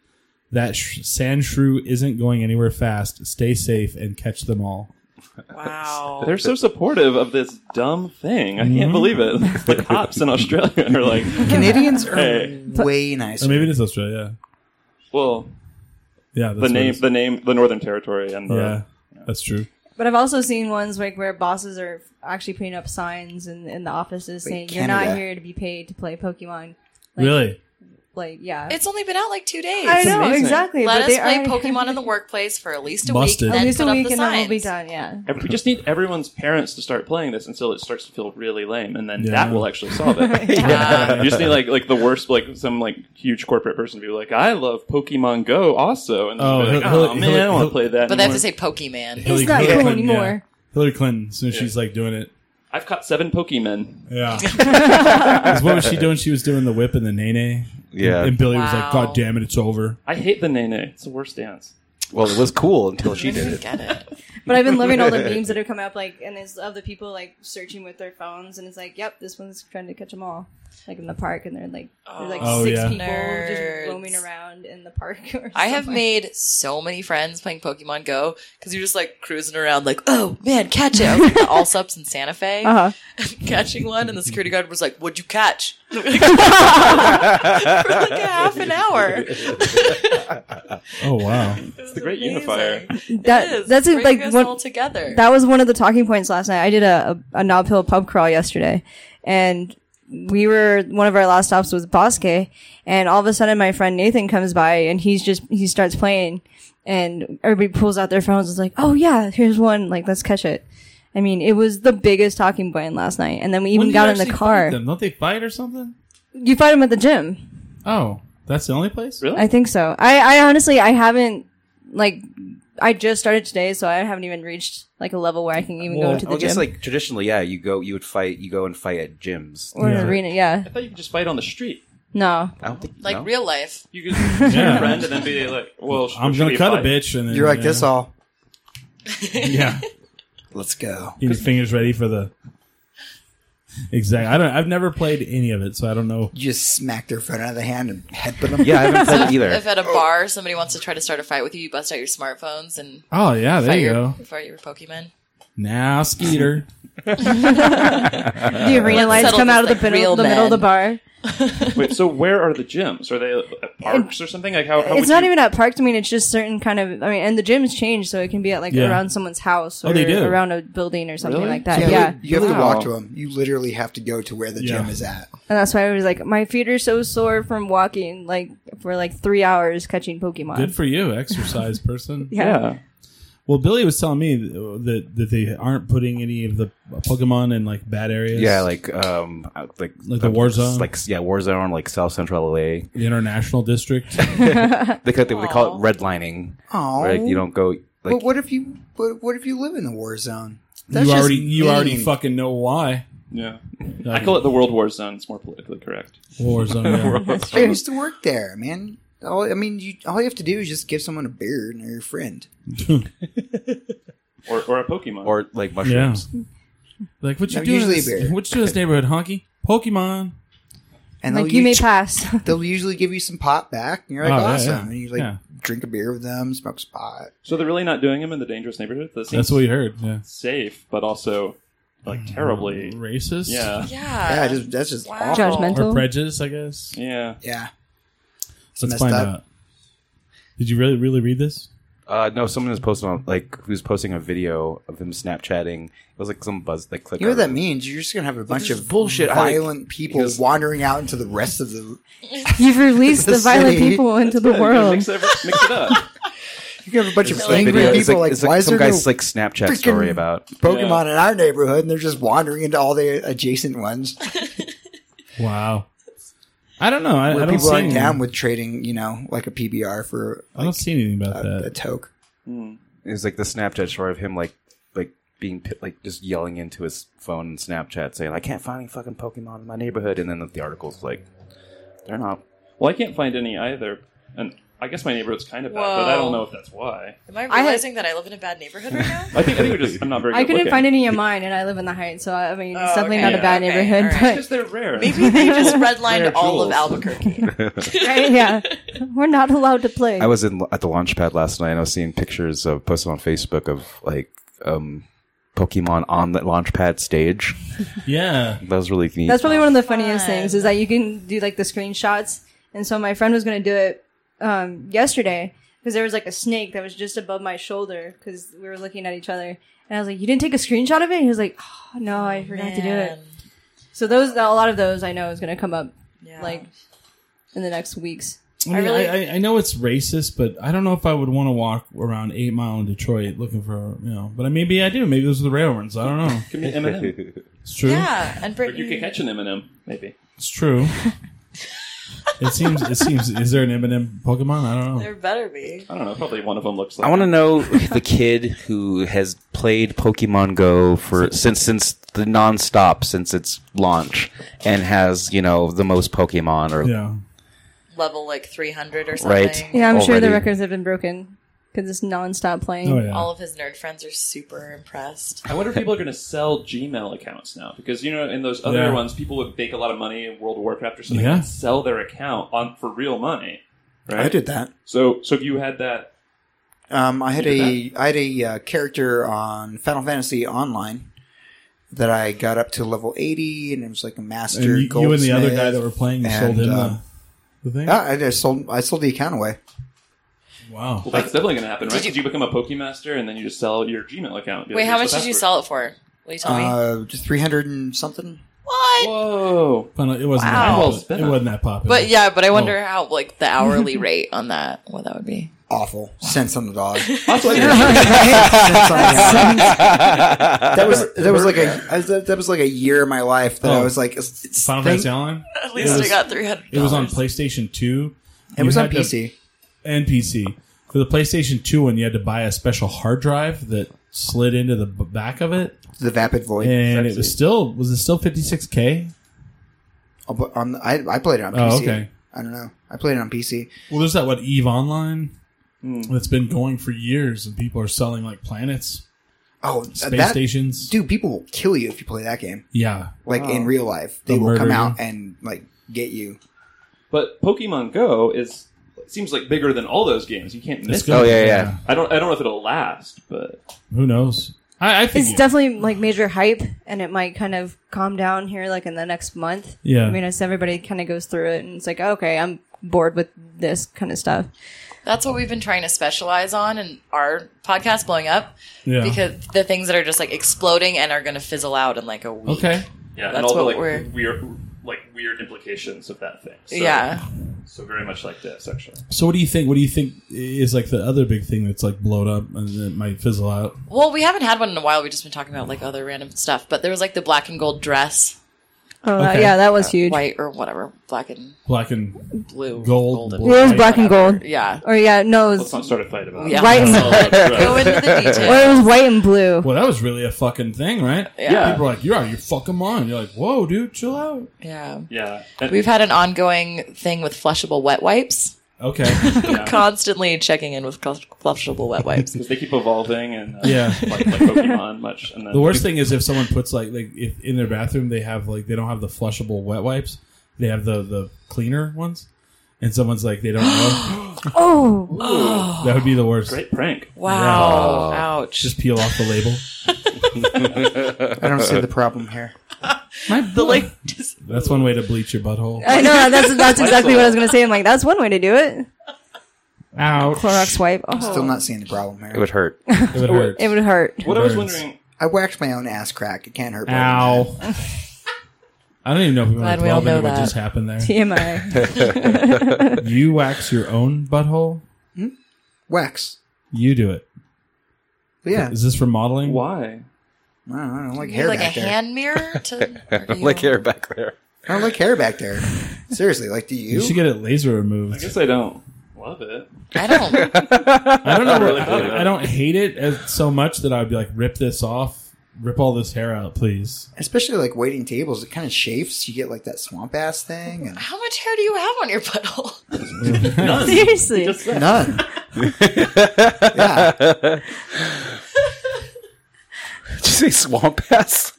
Speaker 2: That sh- sand shrew isn't going anywhere fast. Stay safe and catch them all.
Speaker 6: wow.
Speaker 7: They're so supportive of this dumb thing. I can't believe it.
Speaker 2: Mm-hmm.
Speaker 7: The cops in Australia are like,
Speaker 4: Canadians are
Speaker 7: Hey.
Speaker 4: way nicer.
Speaker 2: Or maybe it is Australia.
Speaker 7: well,
Speaker 2: Yeah, yeah that's
Speaker 7: the
Speaker 2: what it
Speaker 7: name,
Speaker 2: is.
Speaker 7: the name, the Northern Territory, and the,
Speaker 2: yeah, that's true.
Speaker 5: But I've also seen ones like where bosses are actually putting up signs in, in the offices
Speaker 4: Like
Speaker 5: saying you're
Speaker 4: Canada.
Speaker 5: not here to be paid to play Pokemon.
Speaker 2: really?
Speaker 5: Like yeah,
Speaker 6: It's only been out like two days.
Speaker 5: I know
Speaker 7: amazing.
Speaker 5: exactly. but
Speaker 6: Let us
Speaker 5: they
Speaker 6: play
Speaker 5: are-
Speaker 6: Pokemon in the workplace for at least a
Speaker 2: Busted.
Speaker 6: week,
Speaker 5: At
Speaker 6: then
Speaker 5: least
Speaker 6: put
Speaker 5: a
Speaker 6: up
Speaker 5: week
Speaker 6: the
Speaker 5: and then we'll be
Speaker 6: signs.
Speaker 5: done. Yeah.
Speaker 7: Every- we just need everyone's parents to start playing this until it starts to feel really lame, and then
Speaker 2: Yeah.
Speaker 7: that will actually solve it. You just need like like the worst like some like huge corporate person to be like, I love Pokemon Go also, and then
Speaker 2: Oh,
Speaker 7: be like,
Speaker 2: he'll-
Speaker 7: oh
Speaker 2: he'll-
Speaker 7: man, I don't want
Speaker 2: he'll-
Speaker 7: to play that.
Speaker 6: But they have to
Speaker 7: anymore."
Speaker 6: say Pokemon.
Speaker 2: Hillary
Speaker 5: not
Speaker 2: Clinton,
Speaker 5: cool
Speaker 2: yeah.
Speaker 5: anymore.
Speaker 2: Hillary Clinton, as soon as she's like doing it.
Speaker 7: I've caught seven Pokemon.
Speaker 2: Yeah. 'Cause what was she doing? She was doing the whip and the nene.
Speaker 8: Yeah,
Speaker 2: And Billy was like,
Speaker 6: Wow.
Speaker 2: God damn it, it's over.
Speaker 7: I hate the Nene. It's the worst dance.
Speaker 8: well, it was cool until she did it.
Speaker 6: Get it?
Speaker 5: But I've been loving all the memes that have come up, like, and it's of the people like searching with their phones, and it's like, yep, this one's trying to catch them all, like in the park, and they're like, there's like
Speaker 2: Oh,
Speaker 5: six
Speaker 2: yeah.
Speaker 5: people
Speaker 6: Nerds.
Speaker 5: just roaming around in the park. Or
Speaker 6: I have
Speaker 5: somewhere.
Speaker 6: made so many friends playing Pokemon Go because you're just like cruising around, like, oh man, catch it. I was at the All Subs in Santa Fe,
Speaker 5: Uh-huh.
Speaker 6: catching one, and the security guard was like, "What'd you catch?" For like a half an hour.
Speaker 2: Oh, wow.
Speaker 6: It's
Speaker 7: the great unifier.
Speaker 5: That- that's it, like,
Speaker 6: us
Speaker 5: what-
Speaker 6: all together.
Speaker 5: That was one of the talking points last night. I did a, a, a Knob Hill pub crawl yesterday, and we were one of our last stops was Bosque, and all of a sudden my friend Nathan comes by and he's just he starts playing, and everybody pulls out their phones. It's like, oh yeah, here's one. Like let's catch it. I mean, it was the biggest talking point last night, and then we even
Speaker 2: When do
Speaker 5: got
Speaker 2: you
Speaker 5: in the
Speaker 2: actually
Speaker 5: car.
Speaker 2: fight them? Don't they fight or something?
Speaker 5: You fight him at the gym.
Speaker 2: Oh, that's the only place?
Speaker 7: Really?
Speaker 5: I think so. I, I honestly I haven't like I just started today, so I haven't even reached like a level where I can even go to the
Speaker 8: I
Speaker 5: gym
Speaker 8: guess like traditionally, yeah, you go, you would fight, you go and fight at gyms.
Speaker 5: or
Speaker 2: Yeah.
Speaker 5: an arena. Yeah,
Speaker 7: I thought you could just fight on the street.
Speaker 5: no.
Speaker 8: I don't think
Speaker 6: like
Speaker 8: no?
Speaker 6: real life.
Speaker 7: You could be
Speaker 2: Yeah.
Speaker 7: a friend and then be like, well, sh-
Speaker 2: I'm
Speaker 7: should
Speaker 2: going
Speaker 7: we
Speaker 2: to cut
Speaker 7: fight?
Speaker 2: a bitch. And then,
Speaker 4: You're like
Speaker 2: yeah.
Speaker 4: this all.
Speaker 2: Yeah.
Speaker 4: Let's go.
Speaker 2: Get your fingers ready for the. Exactly. I don't. I've never played any of it, so I don't know.
Speaker 4: You just smack their phone out of the hand and headbutt them.
Speaker 8: Yeah, I haven't played either.
Speaker 6: If at a bar somebody wants to try to start a fight with you, you bust out your smartphones and
Speaker 2: Oh yeah, there
Speaker 6: fight
Speaker 2: you
Speaker 6: your,
Speaker 2: go.
Speaker 6: fight your Pokemon.
Speaker 2: Now Skeeter.
Speaker 5: The arena lights
Speaker 6: Uh, settle
Speaker 5: come
Speaker 6: this
Speaker 5: out of the,
Speaker 6: like
Speaker 5: middle,
Speaker 6: real
Speaker 5: the middle of the
Speaker 6: men.
Speaker 5: bar.
Speaker 7: Wait, so where are the gyms? Are they at parks or something? Like how? how
Speaker 5: It's
Speaker 7: would
Speaker 5: not
Speaker 7: you-
Speaker 5: even at parks. I mean, it's just certain kind of. I mean, and the gyms change, so it can be at like
Speaker 2: Yeah.
Speaker 5: around someone's house or
Speaker 2: Oh, they do.
Speaker 5: around a building or something
Speaker 7: Really?
Speaker 5: like that.
Speaker 4: Yeah,
Speaker 5: Yeah,
Speaker 4: You have to walk
Speaker 7: Wow.
Speaker 4: to them. You literally have to go to where the
Speaker 2: Yeah.
Speaker 4: gym is at.
Speaker 5: and that's why I was like, my feet are so sore from walking like for like three hours catching Pokemon.
Speaker 2: Good for you, exercise person.
Speaker 5: yeah.
Speaker 7: Yeah.
Speaker 2: Well, Billy was telling me that that they aren't putting any of the Pokemon in like bad areas.
Speaker 8: Yeah, like um, uh, like
Speaker 2: Like the war zone?
Speaker 8: like yeah, war zone, like South Central LA.
Speaker 2: the international district.
Speaker 8: They call, they, they call it redlining.
Speaker 4: Aw.
Speaker 8: right? You don't go. Like,
Speaker 4: but what if you? But what if you live in a war zone?
Speaker 2: you
Speaker 4: just
Speaker 2: already you already
Speaker 4: mean.
Speaker 2: fucking know why.
Speaker 7: Yeah. I call it the World War Zone. It's more politically correct. Um,
Speaker 2: War zone. yeah.
Speaker 4: I used to work there, man. All, I mean, you, all you have to do is just give someone a beer and they're your friend.
Speaker 7: Or, or a Pokemon.
Speaker 8: or like mushrooms.
Speaker 2: Like what you
Speaker 4: No,
Speaker 2: do? in
Speaker 4: usually
Speaker 2: this-
Speaker 4: a bear.
Speaker 2: What you do in this neighborhood, honky? Pokemon.
Speaker 4: And
Speaker 5: Like
Speaker 4: they'll
Speaker 5: you may
Speaker 4: usu-
Speaker 5: pass.
Speaker 4: they'll usually give you some pot back, and you're like,
Speaker 2: Oh, yeah,
Speaker 4: awesome.
Speaker 2: yeah.
Speaker 4: And you like
Speaker 2: Yeah.
Speaker 4: drink a beer with them, smoke some pot.
Speaker 7: so they're really not doing them in the dangerous neighborhood? That seems
Speaker 2: That's what you heard. Yeah.
Speaker 7: safe, but also like terribly.
Speaker 2: Racist.
Speaker 7: Yeah.
Speaker 6: Yeah.
Speaker 4: Yeah, just, that's just
Speaker 6: Wow.
Speaker 4: awful.
Speaker 5: Judgmental.
Speaker 2: Or prejudice, I guess.
Speaker 7: Yeah.
Speaker 4: Yeah,
Speaker 2: Let's
Speaker 4: messed
Speaker 2: find
Speaker 4: up.
Speaker 2: out. Did you really really read this?
Speaker 8: Uh, no, someone was posting on like who's posting a video of him Snapchatting. It was like some buzz like click.
Speaker 4: you know what that means? You're just gonna have a bunch
Speaker 8: is
Speaker 4: of
Speaker 8: bullshit. I-
Speaker 4: violent people
Speaker 8: because-
Speaker 4: wandering out into the rest of the.
Speaker 5: You've released
Speaker 4: The
Speaker 5: the violent
Speaker 4: city.
Speaker 5: people into
Speaker 7: Yeah,
Speaker 5: the
Speaker 7: you gotta
Speaker 6: Oh.
Speaker 7: Mix
Speaker 5: world.
Speaker 7: it, mix it up.
Speaker 4: You can have a bunch of
Speaker 8: It's like
Speaker 4: angry
Speaker 8: video-
Speaker 4: people.
Speaker 8: it's like,
Speaker 4: like,
Speaker 8: it's
Speaker 4: why
Speaker 8: like
Speaker 4: is
Speaker 8: some
Speaker 4: there
Speaker 8: guy's
Speaker 4: no
Speaker 8: like Snapchat
Speaker 4: freaking-
Speaker 8: story about.
Speaker 4: Pokemon in our neighborhood? And they're just wandering into all the adjacent ones
Speaker 2: Wow. I don't know. I, I
Speaker 4: where
Speaker 2: don't
Speaker 4: people
Speaker 2: see
Speaker 4: aren't
Speaker 2: anything.
Speaker 4: down with trading. You know, like a PBR for
Speaker 2: I don't see anything about
Speaker 4: a, a
Speaker 2: that.
Speaker 4: toke.
Speaker 8: It was like the Snapchat story of him like like being pi- like just yelling into his phone and Snapchat saying I can't find any fucking Pokemon in my neighborhood, and then the article's like they're not.
Speaker 7: Well, I can't find any either. And I guess my neighborhood's kind of bad, but I
Speaker 6: Whoa.
Speaker 7: don't know if that's why.
Speaker 6: Am I
Speaker 5: had-
Speaker 6: realizing that I live in a bad neighborhood right now?
Speaker 7: I think, I think we're just, I'm not very good
Speaker 5: I couldn't
Speaker 7: looking.
Speaker 5: find any in mine, and I live in the Heights, so I I mean, it's
Speaker 6: Oh,
Speaker 5: definitely
Speaker 6: okay.
Speaker 5: not a bad
Speaker 6: Yeah. Okay,
Speaker 5: neighborhood.
Speaker 6: all
Speaker 7: Because they're rare.
Speaker 6: Maybe they just redlined
Speaker 7: Rare
Speaker 6: all of
Speaker 7: jewels.
Speaker 6: Albuquerque.
Speaker 5: But right, yeah, we're not allowed to play.
Speaker 8: I was in at the launch pad last night. and I was seeing pictures of posted on Facebook of like um Pokemon on the launch pad stage.
Speaker 2: Yeah.
Speaker 8: That was really neat.
Speaker 5: That's probably one of the funniest
Speaker 6: Fun.
Speaker 5: things is that you can do like the screenshots. And so my friend was going to do it um, yesterday because there was like a snake that was just above my shoulder because we were looking at each other. And I was like, "You didn't take a screenshot of it?" And he was like, "Oh no, I forgot to do it."
Speaker 6: Man.
Speaker 5: So those, a lot of those, I know is going to come up
Speaker 6: Yeah.
Speaker 5: like in the next weeks.
Speaker 2: I, mean, I,
Speaker 6: really-
Speaker 2: I, I know it's racist, but I don't know if I would want to walk around Eight Mile in Detroit looking for you know. But I- maybe I do. Maybe those are the rail runs. I don't know.
Speaker 7: Give me M&M.
Speaker 2: It's true.
Speaker 6: Yeah, and
Speaker 7: Or you
Speaker 6: Brittany.
Speaker 7: could catch an M&M, maybe.
Speaker 2: It's true. it seems. It seems. Is there an Eminem Pokemon? I don't know.
Speaker 6: There better be.
Speaker 7: I don't know. Probably one of them looks like
Speaker 8: I want to know the kid who has played Pokemon Go for since since the nonstop since its launch and has you know the most Pokemon or
Speaker 2: Yeah.
Speaker 6: Level like 300 or something.
Speaker 8: Right.
Speaker 5: Yeah, I'm sure the
Speaker 8: Already.
Speaker 5: records have been broken because it's nonstop playing.
Speaker 2: Oh yeah.
Speaker 6: All of his nerd friends are super impressed.
Speaker 7: I wonder if people are going to sell Gmail accounts now because you know in those other
Speaker 2: Yeah.
Speaker 7: ones people would make a lot of money in World of Warcraft or something
Speaker 2: Yeah.
Speaker 7: and sell their account on for real money, right?
Speaker 4: I did that.
Speaker 7: So so if you had that,
Speaker 4: Um, I had
Speaker 7: You
Speaker 4: a I had a uh, character on Final Fantasy Online that I got up to level eighty, and it was like a master.
Speaker 2: and you, you and the other guy that were
Speaker 4: goldsmith,
Speaker 2: playing you
Speaker 4: and,
Speaker 2: sold him
Speaker 4: uh,
Speaker 2: the, the thing.
Speaker 4: yeah, I just sold I sold the account away.
Speaker 2: wow.
Speaker 7: well, that's definitely going to happen, right?
Speaker 6: you-
Speaker 7: Did you become a Pokemaster and then you just sell your Gmail account? Be like,
Speaker 6: Wait, how
Speaker 7: "Here's
Speaker 6: much
Speaker 7: the
Speaker 6: did you
Speaker 7: password."
Speaker 6: sell it for? Will you tell me?
Speaker 4: Uh, three hundred and something.
Speaker 6: What?
Speaker 7: Whoa!
Speaker 2: Well, It wasn't.
Speaker 6: Wow.
Speaker 2: That
Speaker 7: Well
Speaker 2: popular.
Speaker 7: spent.
Speaker 2: It wasn't that popular.
Speaker 6: But yeah, but I
Speaker 2: Oh.
Speaker 6: wonder how like the hourly rate on that, what that would be.
Speaker 4: Awful cents on the dog. Cents
Speaker 7: Also, I never-
Speaker 4: on the dollar. that was that was like a I was- that that was like a year of my life that I
Speaker 2: Oh.
Speaker 4: was like it's- it's-
Speaker 2: Final
Speaker 4: thank-
Speaker 2: Fantasy Online.
Speaker 6: At least
Speaker 2: was-
Speaker 6: I got three hundred.
Speaker 2: It was on PlayStation Two.
Speaker 4: it
Speaker 2: You
Speaker 4: was on
Speaker 2: had to-
Speaker 4: PC.
Speaker 2: and PC. For the PlayStation 2 one, you had to buy a special hard drive that slid into the b- back of it,
Speaker 4: The Vapid Void.
Speaker 2: and it was still was it still 56k?
Speaker 4: I'll put- on I I played it on PC.
Speaker 2: Oh, okay.
Speaker 4: I don't know. I played it on PC.
Speaker 2: Well, there's that what Eve Online
Speaker 4: Hmm.
Speaker 2: that's been going for years, and people are selling like planets,
Speaker 4: Oh,
Speaker 2: space
Speaker 4: that
Speaker 2: stations.
Speaker 4: dude, people will kill you if you play that game.
Speaker 2: Yeah,
Speaker 4: like in real life. They
Speaker 2: They'll
Speaker 4: will come
Speaker 2: murder
Speaker 4: out and like get you.
Speaker 7: but Pokemon Go is seems like bigger than all those games. You can't miss.
Speaker 2: It's good.
Speaker 8: Oh, yeah, yeah.
Speaker 7: I don't. I don't know if it'll last, but
Speaker 2: Who knows? I, I think
Speaker 5: It's
Speaker 2: it-
Speaker 5: definitely like major hype, and it might kind of calm down here, like in the next month.
Speaker 2: Yeah.
Speaker 5: I mean, as everybody kind of goes through it, and it's like, okay, I'm bored with this kind of stuff.
Speaker 6: That's what we've been trying to specialize on, and our podcast blowing up
Speaker 2: yeah.
Speaker 6: because the things that are just like exploding and are going to fizzle out in like a week.
Speaker 2: okay.
Speaker 7: yeah,
Speaker 6: That's
Speaker 7: and all the
Speaker 6: what
Speaker 7: like
Speaker 6: we're-
Speaker 7: weird, like weird implications of that thing. So-
Speaker 6: Yeah.
Speaker 7: So very much like this, actually.
Speaker 2: So what do you think? What do you think is like the other big thing that's like blowed up and that might fizzle out?
Speaker 6: Well, we haven't had one in a while. We've just been talking about like other random stuff. But there was like the black and gold dress,
Speaker 5: Oh,
Speaker 2: Okay.
Speaker 5: yeah, that was huge.
Speaker 6: white or whatever, black and
Speaker 2: Black and
Speaker 6: blue,
Speaker 2: Gold,
Speaker 6: golden,
Speaker 2: blue.
Speaker 5: It was black and
Speaker 6: whatever.
Speaker 5: gold.
Speaker 6: Yeah.
Speaker 5: Or yeah, no, it was,
Speaker 7: Let's not start a fight about
Speaker 6: Yeah.
Speaker 7: it.
Speaker 5: White and-
Speaker 7: So, like,
Speaker 6: Go into
Speaker 7: dress.
Speaker 6: the
Speaker 5: or
Speaker 6: details.
Speaker 5: it was white and blue.
Speaker 2: well, that was really a fucking thing, right?
Speaker 6: Yeah.
Speaker 2: People are like, you're out of your fucking mind. You're like, whoa, dude, chill out.
Speaker 6: Yeah.
Speaker 7: Yeah. And-
Speaker 6: We've had an ongoing thing with flushable wet wipes.
Speaker 2: Okay,
Speaker 6: Constantly checking in with cl- flushable wet wipes.
Speaker 7: because they keep evolving and uh,
Speaker 2: Yeah.
Speaker 7: like, like Pokemon much. And then
Speaker 2: The worst thing is if someone puts like like if in their bathroom they have like they don't have the flushable wet wipes, they have the the cleaner ones, and someone's like they don't know.
Speaker 5: Oh,
Speaker 2: that would be the worst.
Speaker 7: great prank.
Speaker 6: Wow. Ouch.
Speaker 2: Just peel off the label.
Speaker 4: I don't see the problem here.
Speaker 6: the like just
Speaker 2: That's one way to bleach your butthole.
Speaker 5: I know that's that's exactly what I was gonna say. I'm like, that's one way to do it.
Speaker 2: Ouch!
Speaker 5: Clorox wipe. Oh,
Speaker 4: Still not seeing the problem
Speaker 8: It
Speaker 4: here.
Speaker 8: would hurt.
Speaker 2: It would hurt.
Speaker 5: it would hurt.
Speaker 7: What I was
Speaker 2: Burns.
Speaker 7: wondering.
Speaker 4: I whacked my own ass crack. It can't hurt. more than that.
Speaker 2: Ow! I don't even know if we want
Speaker 6: Glad
Speaker 2: to
Speaker 6: we all
Speaker 2: delve into what
Speaker 6: know that.
Speaker 2: just happened there.
Speaker 5: TMI.
Speaker 2: You wax your own butthole.
Speaker 4: Wax.
Speaker 2: You do it.
Speaker 4: But yeah.
Speaker 2: Is this for modeling?
Speaker 7: Why?
Speaker 4: I don't, know, I don't like
Speaker 6: you
Speaker 4: hair
Speaker 6: need, like a
Speaker 4: back there.
Speaker 6: hand mirror to or do you-
Speaker 8: like hair back there.
Speaker 4: I don't like hair back there. Seriously, like do you?
Speaker 2: You should get it laser
Speaker 7: I
Speaker 2: removed.
Speaker 7: guess I don't love it.
Speaker 6: I don't.
Speaker 2: I don't know.
Speaker 7: Really
Speaker 2: I, don't,
Speaker 7: good.
Speaker 2: I don't hate it as, so much that I'd be like, rip this off, rip all this hair out, please.
Speaker 4: Especially like waiting tables, it kind of chafes. You get like that swamp ass thing and
Speaker 6: How much hair do you have on your butthole?
Speaker 5: Seriously,
Speaker 4: none. yeah,
Speaker 8: Did you say swamp ass?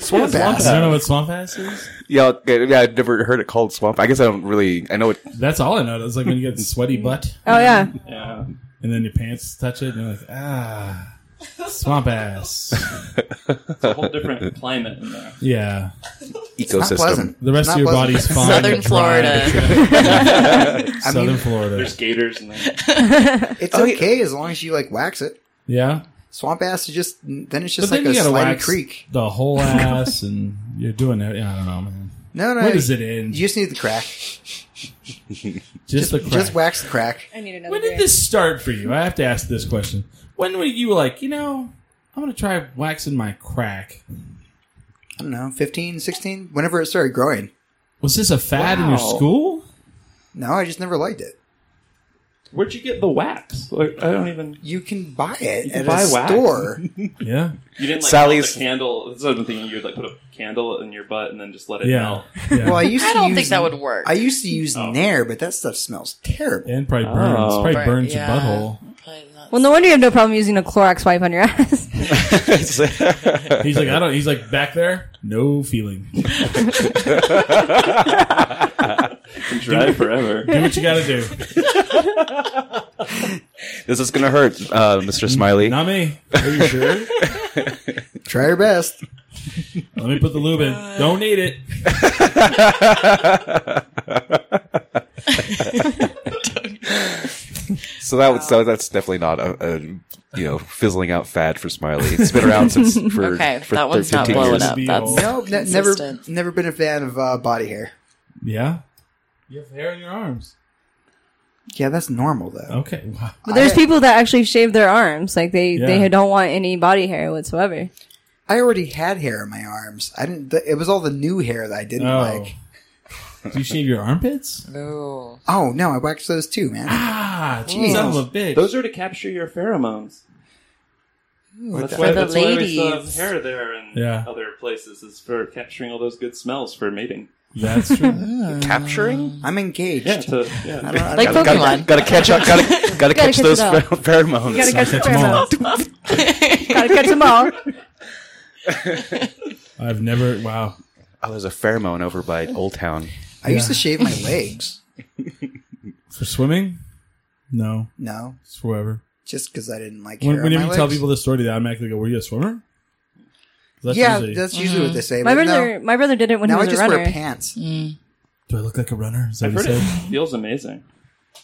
Speaker 4: swamp ass.
Speaker 2: I don't know what swamp ass is.
Speaker 8: Yeah, okay, yeah, I've never heard it called swamp. I guess I don't really. I know it.
Speaker 2: That's all I know. It's like when you get sweaty butt,
Speaker 5: Oh yeah.
Speaker 7: Yeah.
Speaker 2: and then your pants touch it, and you're like, ah, swamp ass.
Speaker 7: It's a whole different climate in there.
Speaker 2: Yeah,
Speaker 4: Not
Speaker 8: Ecosystem.
Speaker 4: pleasant.
Speaker 2: the rest
Speaker 4: It's
Speaker 2: of your
Speaker 4: not pleasant.
Speaker 2: body's fine.
Speaker 6: Southern
Speaker 2: dry.
Speaker 6: Florida.
Speaker 4: I
Speaker 2: Southern
Speaker 4: mean,
Speaker 2: Florida.
Speaker 7: There's gators and then
Speaker 4: it's okay as long as you like wax it.
Speaker 2: Yeah,
Speaker 4: Swamp ass is just then it's
Speaker 2: but
Speaker 4: just
Speaker 2: then
Speaker 4: like
Speaker 2: you
Speaker 4: a
Speaker 2: gotta
Speaker 4: slimy
Speaker 2: wax
Speaker 4: creek.
Speaker 2: the whole ass, and you're doing it. Yeah, I don't know, man.
Speaker 4: No, no,
Speaker 2: When
Speaker 4: you-
Speaker 2: does it end?
Speaker 4: You just need the crack.
Speaker 2: Just, the crack.
Speaker 4: Just wax the crack.
Speaker 5: I need another.
Speaker 2: When did this start for you? I have to ask this question. When were you like, you know, I'm gonna try waxing my crack?
Speaker 4: I don't know, 15, 16, whenever it started growing.
Speaker 2: Was this a fad in your
Speaker 7: Wow.
Speaker 2: school?
Speaker 4: No, I just never liked it.
Speaker 7: where'd you get the wax? Like, I don't even.
Speaker 4: You can buy it
Speaker 7: can
Speaker 4: at
Speaker 7: buy
Speaker 4: a
Speaker 7: wax.
Speaker 4: store.
Speaker 2: Yeah,
Speaker 7: You didn't like
Speaker 8: Sally's-
Speaker 7: melt a candle. This is what I'm thinking. You'd like put a candle in your butt and then just let it
Speaker 2: yeah,
Speaker 7: melt.
Speaker 2: yeah.
Speaker 4: well, I used
Speaker 6: I
Speaker 4: to
Speaker 6: don't
Speaker 4: use,
Speaker 6: think that would work.
Speaker 4: I used to use Nair, but that stuff smells terrible.
Speaker 2: and probably burns. probably
Speaker 6: Right,
Speaker 2: burns
Speaker 6: yeah.
Speaker 2: your
Speaker 6: Probably not.
Speaker 5: Well, no wonder you have no problem using a Clorox wipe on your ass.
Speaker 2: butthole. He's like, I don't. He's like back there, no feeling. Do
Speaker 7: It's dry forever.
Speaker 2: what you gotta do.
Speaker 8: This is gonna hurt, uh, Mr. Smiley.
Speaker 2: Not me. Are you sure?
Speaker 4: Try your best.
Speaker 2: Let me put the lube in. Don't need it.
Speaker 8: so that was, so that's definitely not a, a you know fizzling out fad for Smiley. It's been around since for
Speaker 6: Okay,
Speaker 8: for
Speaker 6: that one's not
Speaker 8: 15
Speaker 6: blowing
Speaker 8: years.
Speaker 6: up.
Speaker 2: Be
Speaker 6: That's
Speaker 2: all-
Speaker 4: No, ne- never,
Speaker 6: Consistent.
Speaker 4: never been a fan of uh, body hair.
Speaker 2: Yeah. You have hair in your arms.
Speaker 4: Yeah, that's normal though.
Speaker 2: Okay. Wow.
Speaker 5: But there's people that actually shave their arms, like they
Speaker 2: Yeah.
Speaker 5: they don't want any body hair whatsoever.
Speaker 4: I already had hair in my arms. I didn't. Th- it was all the new hair that I didn't
Speaker 2: Oh.
Speaker 4: like.
Speaker 2: Do you shave your armpits?
Speaker 6: Ooh.
Speaker 4: Oh no, I waxed those too, man.
Speaker 2: Ah, jeez, I'm a bitch.
Speaker 7: Those are to capture your pheromones. That's
Speaker 4: the-
Speaker 7: why,
Speaker 6: For the
Speaker 7: that's why we still have
Speaker 6: ladies.
Speaker 7: hair there and
Speaker 2: Yeah.
Speaker 7: other places is for capturing all those good smells for mating.
Speaker 2: That's true.
Speaker 8: Capturing?
Speaker 4: I'm engaged.
Speaker 7: Yeah, to, yeah.
Speaker 4: I don't, I
Speaker 6: Like
Speaker 4: don't-
Speaker 8: Gotta,
Speaker 6: Pokemon.
Speaker 8: gotta catch up. Gotta, gotta, catch,
Speaker 5: catch
Speaker 8: those
Speaker 5: it all.
Speaker 8: pher- pheromones.
Speaker 5: Gotta catch the
Speaker 2: catch 'em all.
Speaker 5: pheromones. Gotta catch them all.
Speaker 2: I've never. Wow.
Speaker 8: oh, there's a pheromone over by Old Town.
Speaker 4: I used to shave my legs.
Speaker 2: For swimming? No.
Speaker 4: No,
Speaker 2: It's forever.
Speaker 4: just because I didn't like hair.
Speaker 2: When,
Speaker 4: on
Speaker 2: whenever
Speaker 4: my
Speaker 2: you tell
Speaker 4: legs.
Speaker 2: people this story, they automatically go, "Were you a swimmer?" That's
Speaker 4: yeah,
Speaker 2: usually,
Speaker 4: that's usually what they say.
Speaker 5: Mm-hmm. My
Speaker 4: but no.
Speaker 5: brother, my brother did it when
Speaker 4: now I
Speaker 5: he was a
Speaker 4: just
Speaker 5: runner.
Speaker 4: wear pants.
Speaker 2: do I look like a runner? Is that
Speaker 7: I've
Speaker 2: what
Speaker 7: heard
Speaker 2: you
Speaker 7: it
Speaker 2: said?
Speaker 7: feels amazing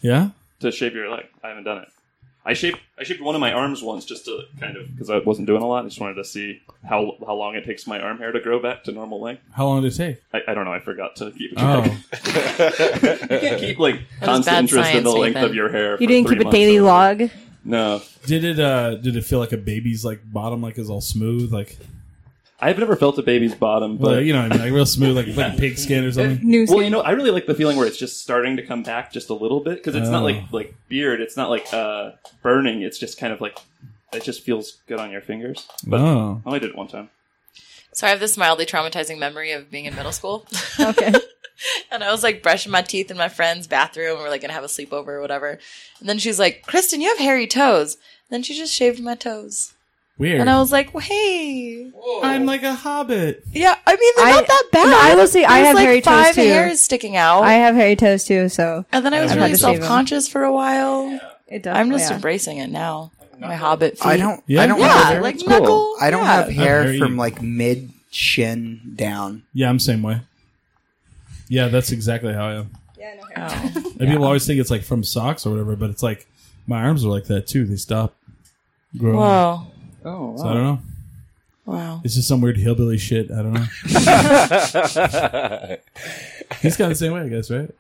Speaker 2: Yeah.
Speaker 7: to shave your leg. I haven't done it. I shaped I shaped one of my arms once just to kind of because I wasn't doing a lot. I just wanted to see how how long it takes my arm hair to grow back to normal length.
Speaker 2: How long did it take?
Speaker 7: I, I don't know. I forgot to keep track.
Speaker 2: Oh,
Speaker 7: you can't keep like constant
Speaker 6: bad
Speaker 7: interest in the
Speaker 6: science,
Speaker 7: length
Speaker 6: Nathan.
Speaker 7: of your hair.
Speaker 5: You
Speaker 7: for
Speaker 5: didn't
Speaker 7: three
Speaker 5: keep a
Speaker 7: months
Speaker 5: daily
Speaker 7: or-
Speaker 5: log.
Speaker 7: No,
Speaker 2: did it? uh Did it feel like a baby's like bottom, like is all smooth, like
Speaker 7: I've never felt a baby's bottom, but
Speaker 2: well, you know, what I mean, like real smooth, like like pig skin or something.
Speaker 5: New
Speaker 7: Well, you know, I really like the feeling where it's just starting to come back just a little bit because it's not
Speaker 2: Oh.
Speaker 7: like like beard, it's not like uh, burning. It's just kind of like it just feels good on your fingers. But
Speaker 2: Oh,
Speaker 7: I only did it one time.
Speaker 6: So I have this mildly traumatizing memory of being in middle school.
Speaker 5: okay.
Speaker 6: And I was like brushing my teeth in my friend's bathroom. We are like gonna have a sleepover or whatever. And then she's like, "Kristen, you have hairy toes." then she just shaved my toes,
Speaker 2: weird.
Speaker 6: and I was like, well, "Hey,
Speaker 2: I'm like a hobbit.
Speaker 6: yeah." I mean, they're
Speaker 5: I-
Speaker 6: not that bad.
Speaker 5: no, I will say I
Speaker 6: There's,
Speaker 5: have
Speaker 6: like
Speaker 5: hairy toes,
Speaker 6: five
Speaker 5: too.
Speaker 6: hairs sticking out.
Speaker 5: I have hairy toes too, so
Speaker 6: and then I was
Speaker 5: I've had
Speaker 6: really
Speaker 5: to shave
Speaker 6: self
Speaker 5: 'em.
Speaker 6: conscious for a while.
Speaker 5: it does.
Speaker 6: I'm just
Speaker 5: yeah.
Speaker 6: embracing it now. My hobbit feet.
Speaker 4: I don't.
Speaker 2: Yeah.
Speaker 4: I don't.
Speaker 6: Yeah,
Speaker 4: Have,
Speaker 6: like knuckle.
Speaker 4: I don't
Speaker 6: yeah.
Speaker 4: have hair
Speaker 2: very-
Speaker 4: from like mid chin down.
Speaker 2: Yeah, I'm same way. Yeah, that's exactly how I am.
Speaker 6: Oh.
Speaker 2: And People always think it's like from socks or whatever, but it's like my arms are like that too. They stop growing.
Speaker 6: Whoa.
Speaker 7: Oh,
Speaker 2: So I don't know.
Speaker 6: Wow.
Speaker 2: It's just some weird hillbilly shit. I don't know. He's kind of the same way, I guess, right?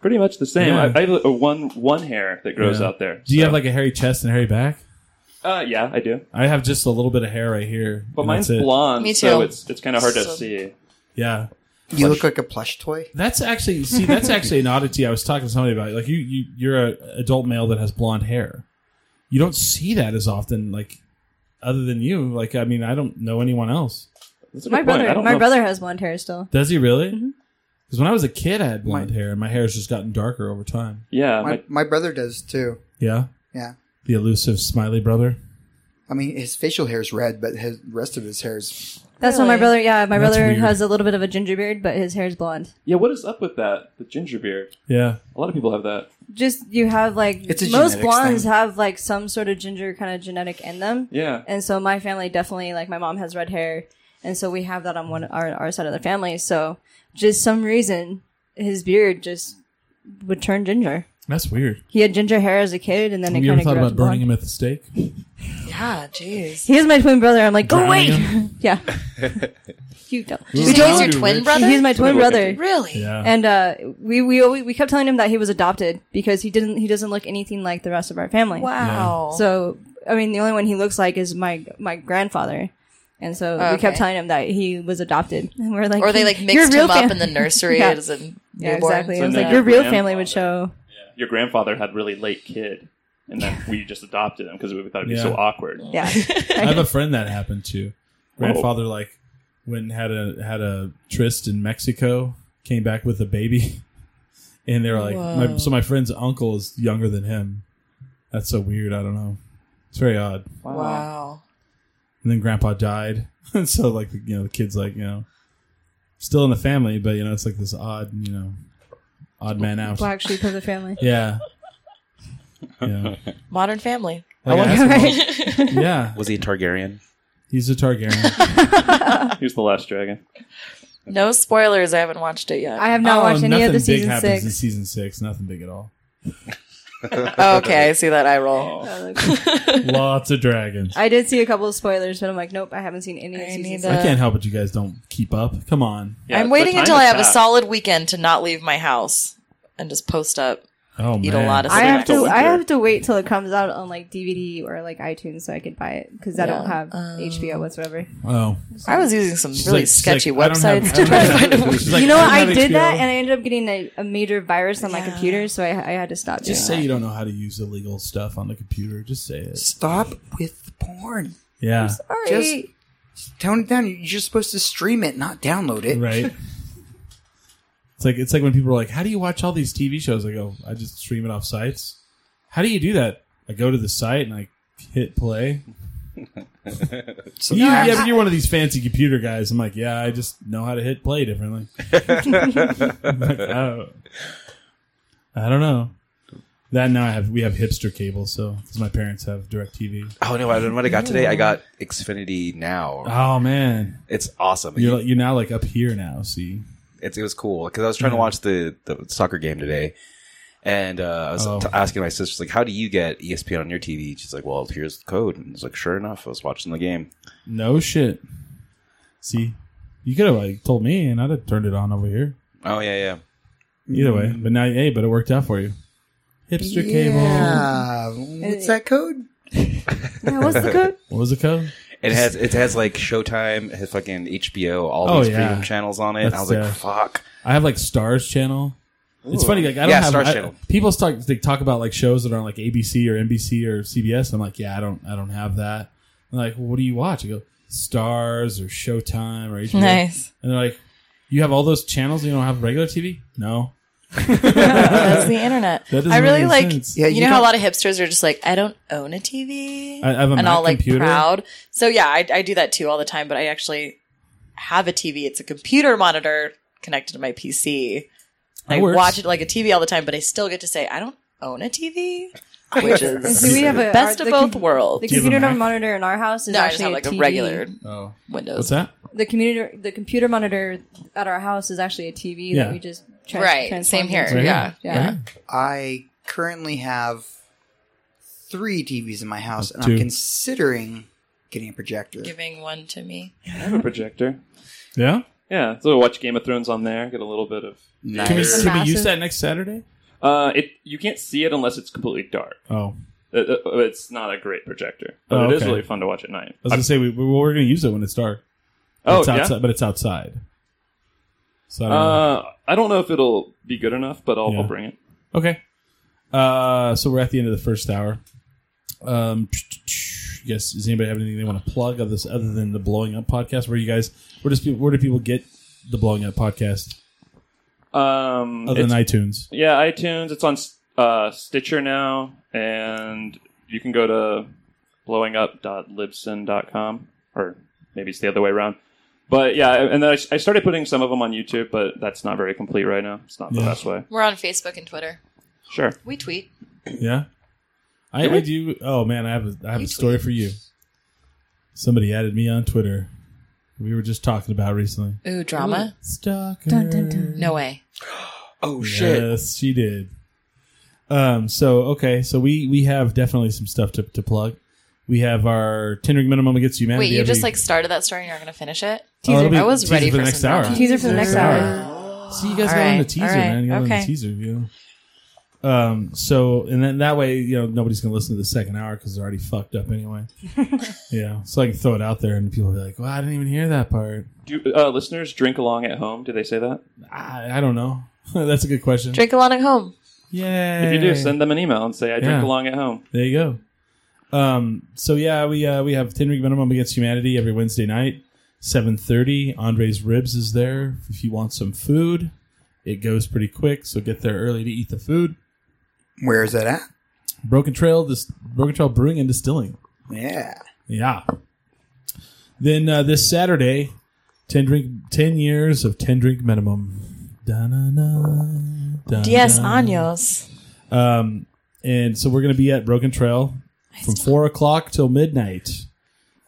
Speaker 7: pretty much the same.
Speaker 2: Yeah.
Speaker 7: I, I have a one one hair that grows
Speaker 2: Yeah.
Speaker 7: out there.
Speaker 2: Do you
Speaker 7: so-
Speaker 2: have like a hairy chest and hairy back?
Speaker 7: Uh, yeah, I do,
Speaker 2: I have just a little bit of hair right here.
Speaker 7: but
Speaker 2: and
Speaker 7: mine's
Speaker 2: that's it.
Speaker 7: blonde,
Speaker 6: Me
Speaker 7: so
Speaker 6: too.
Speaker 7: it's it's kind of hard to
Speaker 6: So-
Speaker 7: see.
Speaker 2: Yeah.
Speaker 4: You look like a plush toy.
Speaker 2: That's actually see. That's actually an oddity. I was talking to somebody about. Like you, you, you're an adult male that has blonde hair. You don't see that as often. Like other than you. Like I mean, I don't know anyone else.
Speaker 7: That's a
Speaker 5: My
Speaker 7: good point. I
Speaker 5: brother,
Speaker 7: don't
Speaker 5: my
Speaker 7: know.
Speaker 5: brother has blonde hair still.
Speaker 2: Does he really? Because when I was a kid, I had blonde hair, and my hair's just gotten darker over time.
Speaker 7: Yeah,
Speaker 4: My,
Speaker 7: my,
Speaker 4: my brother does too.
Speaker 2: Yeah.
Speaker 4: Yeah.
Speaker 2: The elusive smiley brother.
Speaker 4: I mean, his facial hair is red, but his rest of his hair is.
Speaker 5: That's what my
Speaker 6: Really?
Speaker 5: brother. Yeah, my
Speaker 2: That's
Speaker 5: brother
Speaker 2: weird.
Speaker 5: has a little bit of a ginger beard, but his hair's blonde.
Speaker 7: yeah. What is up with that? The ginger beard.
Speaker 2: Yeah.
Speaker 7: A lot of people have that.
Speaker 5: Just you have like
Speaker 4: It's a
Speaker 5: most
Speaker 4: genetics
Speaker 5: blondes
Speaker 4: thing.
Speaker 5: have like some sort of ginger kind of genetic in them.
Speaker 7: Yeah.
Speaker 6: Uh,
Speaker 5: And so my family definitely like my mom has red hair, and so we have that on one our our side of the family. So just some reason his beard just would turn ginger.
Speaker 2: That's weird.
Speaker 5: He had ginger hair as a kid, and then
Speaker 2: Have
Speaker 5: it
Speaker 2: you
Speaker 5: kind
Speaker 2: ever
Speaker 5: of grew
Speaker 2: thought
Speaker 5: out to
Speaker 2: about burning
Speaker 5: blonde.
Speaker 2: him at the stake?
Speaker 6: Yeah. Jeez.
Speaker 5: He's my twin brother. I'm like, go
Speaker 2: Drowning
Speaker 5: away.
Speaker 2: him?
Speaker 5: yeah. you don't.
Speaker 6: Did you say he's your
Speaker 2: do,
Speaker 6: twin
Speaker 2: Rich.
Speaker 6: brother?
Speaker 5: He's my twin brother.
Speaker 6: really?
Speaker 2: Yeah.
Speaker 5: And uh, we we always, we kept telling him that he was adopted because he didn't he doesn't look anything like the rest of our family.
Speaker 6: Wow.
Speaker 5: So I mean, the only one he looks like is my my grandfather, and so we
Speaker 6: Okay.
Speaker 5: kept telling him that he was adopted. And we're like,
Speaker 6: or they like
Speaker 5: "Your
Speaker 6: mixed
Speaker 5: real
Speaker 6: him up
Speaker 5: fam-"
Speaker 6: in the nursery
Speaker 5: yeah.
Speaker 6: as a
Speaker 5: Yeah,
Speaker 6: newborn.
Speaker 5: exactly.
Speaker 7: So
Speaker 5: I was
Speaker 7: now
Speaker 5: like,
Speaker 7: your
Speaker 5: your real family would show.
Speaker 7: Your grandfather had really late kid, and then we just adopted him because we thought it'd be
Speaker 2: Yeah.
Speaker 7: so awkward.
Speaker 5: Yeah,
Speaker 2: I have a friend that happened to. Grandfather like went and had a had a tryst in Mexico, came back with a baby, and they were like, my,
Speaker 6: Whoa.
Speaker 2: so my friend's uncle is younger than him. That's so weird. I don't know. It's very odd.
Speaker 6: Wow.
Speaker 2: And then Grandpa died, and so like you know the kid's like you know still in the family, but you know it's like this odd you know odd man out.
Speaker 5: black sheep of the family.
Speaker 2: Yeah. Yeah.
Speaker 6: Modern family.
Speaker 2: Like, I asked him, like, yeah.
Speaker 8: Was he a Targaryen?
Speaker 2: He's a Targaryen.
Speaker 7: Here's the last dragon.
Speaker 6: No spoilers. I haven't watched it yet.
Speaker 5: I have not
Speaker 2: Oh,
Speaker 5: watched any
Speaker 2: nothing
Speaker 5: of the
Speaker 2: big
Speaker 5: season
Speaker 2: happens
Speaker 5: six.
Speaker 2: in season six. Nothing big at all.
Speaker 6: Oh, okay, I see that eye roll.
Speaker 2: Lots of dragons. I,
Speaker 5: I uh, did see a couple of spoilers, but I'm like, nope, I haven't seen any of
Speaker 6: I
Speaker 5: season
Speaker 6: need
Speaker 5: six.
Speaker 6: that.
Speaker 2: can't help it. You guys don't keep up. Come on.
Speaker 7: Yeah,
Speaker 6: I'm
Speaker 7: the
Speaker 6: waiting
Speaker 7: time
Speaker 6: until
Speaker 7: has
Speaker 6: I have a
Speaker 7: passed.
Speaker 6: solid weekend to not leave my house and just post up.
Speaker 2: Oh
Speaker 6: Eat a
Speaker 2: man.
Speaker 6: lot of
Speaker 5: I
Speaker 6: Sitting
Speaker 5: have
Speaker 6: next
Speaker 5: to.
Speaker 6: to
Speaker 5: I
Speaker 7: Winter.
Speaker 5: have to wait till it comes out on like DVD or like iTunes so I could buy it because I don't
Speaker 6: Yeah.
Speaker 5: have
Speaker 6: um,
Speaker 5: HBO whatsoever.
Speaker 2: oh.
Speaker 6: I was using some
Speaker 2: She's
Speaker 6: really
Speaker 2: like- she's
Speaker 6: sketchy
Speaker 2: like, I don't have-
Speaker 6: websites
Speaker 2: I
Speaker 6: to
Speaker 2: don't
Speaker 6: try to
Speaker 2: have-
Speaker 6: find a movie.
Speaker 2: she's like,
Speaker 5: you know what?
Speaker 2: don't
Speaker 5: I
Speaker 2: have
Speaker 5: did
Speaker 2: HBO.
Speaker 5: that and I ended up getting a, a major virus on my computer, so I, I had to stop. Doing
Speaker 2: Just
Speaker 5: that.
Speaker 2: say you don't know how to use illegal stuff on the computer. Just say it.
Speaker 4: Stop with porn.
Speaker 2: Yeah.
Speaker 5: Sorry.
Speaker 4: Tone it down. You're just supposed to stream it, not download it.
Speaker 2: Right. It's like it's like when people are like, "How do you watch all these TV shows?" I go, "I just stream it off sites." How do you do that? I go to the site and I hit play. you, yeah, but you're one of these fancy computer guys. I'm like, yeah, I just know how to hit play differently. I'm like, oh. I don't know. That now I have we have hipster cable, so because my parents have DirecTV.
Speaker 8: Oh no! I don't know what I got today. I got Xfinity now.
Speaker 2: Oh man,
Speaker 8: It's awesome.
Speaker 2: you're like- you're now like up here now. See, Hmm.
Speaker 8: it's, it was cool because I was trying to watch the, the soccer game today, And uh, I was
Speaker 2: Oh.
Speaker 8: t- asking my sister, like, how do you get E ESPN on your TV? She's like, well, here's the code. And I was like, sure enough, I was watching the game.
Speaker 2: No shit. See, you could have like told me, and I'd have turned it on over here.
Speaker 8: Oh, yeah, yeah.
Speaker 2: Either way, but now, hey, but it worked out for you. Hipster cable.
Speaker 4: Yeah. What's that code?
Speaker 5: Yeah, what's the code?
Speaker 2: What was the code?
Speaker 8: It has it has like Showtime, it has fucking HBO, all
Speaker 2: Oh,
Speaker 8: these
Speaker 2: yeah.
Speaker 8: premium channels on it. and I was
Speaker 2: That's,
Speaker 8: like,
Speaker 2: uh,
Speaker 8: fuck.
Speaker 2: I have like Stars Channel. It's funny, like I don't
Speaker 8: Yeah,
Speaker 2: have
Speaker 8: Stars
Speaker 2: I-
Speaker 8: Channel.
Speaker 2: people talk they talk about like shows that are on like ABC or NBC or CBS. I'm like, yeah, I don't, I don't have that. I'm like, well, what do you watch? I go Stars or Showtime or HBO.
Speaker 6: Nice.
Speaker 2: And they're like, you have all those channels. and You don't have regular TV? No.
Speaker 6: That's the internet.
Speaker 2: That doesn't
Speaker 6: I really
Speaker 2: make
Speaker 6: like.
Speaker 2: sense.
Speaker 4: Yeah,
Speaker 6: you,
Speaker 4: you
Speaker 6: know how a
Speaker 4: don't-
Speaker 6: lot of hipsters are just like, I don't own a TV,
Speaker 2: I- I have a
Speaker 6: and
Speaker 2: Mac
Speaker 6: all like
Speaker 2: computer.
Speaker 6: proud. So yeah, I, I do that too all the time. But I actually have a TV. It's a computer monitor connected to my PC.
Speaker 2: That
Speaker 6: I
Speaker 2: works.
Speaker 6: watch it like a TV all the time, but I still get to say I don't own a TV.
Speaker 4: Which
Speaker 5: Do we have a
Speaker 6: Best
Speaker 5: our-
Speaker 6: of
Speaker 5: the
Speaker 6: both
Speaker 5: com- The
Speaker 6: worlds.
Speaker 2: you have a
Speaker 5: computer
Speaker 2: Mac?
Speaker 5: monitor in our house is
Speaker 6: No, I just
Speaker 5: actually
Speaker 6: have like a
Speaker 5: TV.
Speaker 6: regular
Speaker 2: Oh,
Speaker 6: Windows.
Speaker 2: what's that?
Speaker 5: The computer, the computer monitor at our house is actually a TV
Speaker 2: Yeah.
Speaker 5: that we just tra-
Speaker 6: Right.
Speaker 5: transformed
Speaker 6: Same here.
Speaker 5: into.
Speaker 6: Yeah.
Speaker 5: Uh, Yeah.
Speaker 2: Right?
Speaker 4: I currently have three TVs in my house, and i
Speaker 2: Two.
Speaker 4: I'm considering getting a projector.
Speaker 6: Giving one to me.
Speaker 7: I have a projector.
Speaker 2: Yeah.
Speaker 7: Yeah, so watch Game of Thrones on there. Get a little bit of.
Speaker 2: Can we,
Speaker 5: Nice.
Speaker 2: can we use
Speaker 5: Massive.
Speaker 2: that next Saturday?
Speaker 7: Uh, it you can't see it unless it's completely dark.
Speaker 2: Oh,
Speaker 7: Uh, uh, it's not a great projector, but
Speaker 2: Oh,
Speaker 7: it is
Speaker 2: okay.
Speaker 7: really fun to watch at night.
Speaker 2: I was gonna say we, we we're gonna use it when it's dark.
Speaker 7: oh
Speaker 2: it's outside,
Speaker 7: yeah.
Speaker 2: but it's outside. So I don't know.
Speaker 7: Uh, I don't know if it'll be good enough, but I'll,
Speaker 2: Yeah.
Speaker 7: I'll bring it.
Speaker 2: Okay. Uh, so we're at the end of the first hour. Um, yes. Does anybody have anything they want to plug of this other than the blowing up podcast? Where you guys, where does people, where do people get the blowing up podcast
Speaker 7: Um,
Speaker 2: other
Speaker 7: it's-
Speaker 2: than iTunes?
Speaker 7: yeah, iTunes. It's on uh, Stitcher now, and you can go to blowingup.libsyn.com, or maybe it's the other way around. But yeah, and then I, I started putting some of them on YouTube, but that's not very complete right now. It's not the
Speaker 2: Yeah.
Speaker 7: best way.
Speaker 6: We're on Facebook and Twitter.
Speaker 7: Sure.
Speaker 6: We tweet.
Speaker 2: Yeah. I, I do. Oh man, I have a, I have a
Speaker 6: You
Speaker 2: story
Speaker 6: tweet.
Speaker 2: for you. Somebody added me on Twitter. We were just talking about recently.
Speaker 6: Ooh, drama.
Speaker 2: Stalker.
Speaker 6: No way.
Speaker 8: Oh, shit.
Speaker 2: Yes, she did. Um. So okay. So we we have definitely some stuff to, to plug. We have our tendering minimum against humanity.
Speaker 6: Wait, you
Speaker 2: every-
Speaker 6: just like started that story and you're not gonna finish it?
Speaker 2: Oh, it'll
Speaker 5: Teaser.
Speaker 2: be
Speaker 6: I was
Speaker 2: teaser
Speaker 6: ready
Speaker 2: for the
Speaker 6: for
Speaker 2: next
Speaker 6: some
Speaker 2: hour.
Speaker 6: drama.
Speaker 5: Teaser for the next hour.
Speaker 2: See, you guys
Speaker 6: All
Speaker 2: got on the
Speaker 6: right,
Speaker 2: teaser,
Speaker 6: all right,
Speaker 2: man. You got on the
Speaker 6: okay.
Speaker 2: teaser. You know. Um. So and then that way, you know, nobody's gonna listen to the second hour because they're already fucked up anyway. yeah. So I can throw it out there, and people will be like, "Well, I didn't even hear that part."
Speaker 7: Do uh, listeners drink along at home? Do they say that?
Speaker 2: I, I don't know. That's a good question.
Speaker 6: Drink along at home.
Speaker 2: Yeah.
Speaker 7: If you do, send them an email and say I drink
Speaker 2: Yeah.
Speaker 7: along at home.
Speaker 2: There you go. Um, so yeah, we uh, we have Ten Rig Minimum Against Humanity every Wednesday night, seven thirty. Andre's Ribs is there if you want some food. It goes pretty quick, so get there early to eat the food.
Speaker 4: Where is that at?
Speaker 2: Broken Trail, this Broken Trail Brewing and Distilling.
Speaker 4: Yeah.
Speaker 2: Yeah. Then uh, this Saturday, ten drink, ten years of ten drink minimum. Da-na-na, da-na.
Speaker 6: Diez años.
Speaker 2: Um, and so we're going to be at Broken Trail from four o'clock till midnight.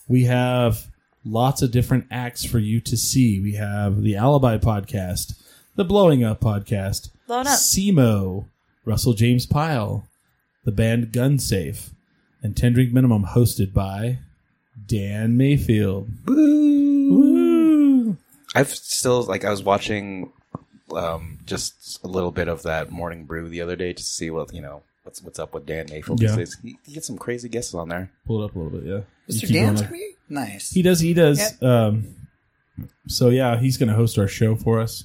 Speaker 2: We have lots of different acts for you to see. We have the Alibi podcast, the Blowing Up podcast,
Speaker 6: Blown up.
Speaker 2: SEMO, Russell James Pyle, the band Gunsafe, and Ten Drink Minimum, hosted by Dan Mayfield. Woo!
Speaker 8: I've still like I was watching um, just a little bit of that morning brew the other day to see what you know what's what's up with Dan Mayfield.
Speaker 2: Yeah.
Speaker 8: these days. He, he gets some crazy guesses on there.
Speaker 2: Pull it up a little bit, yeah. You
Speaker 4: Mr.
Speaker 2: keep going
Speaker 4: Dan's
Speaker 2: like-
Speaker 4: gonna be- Nice.
Speaker 2: He does. He does. Um, so yeah, he's going to host our show for us,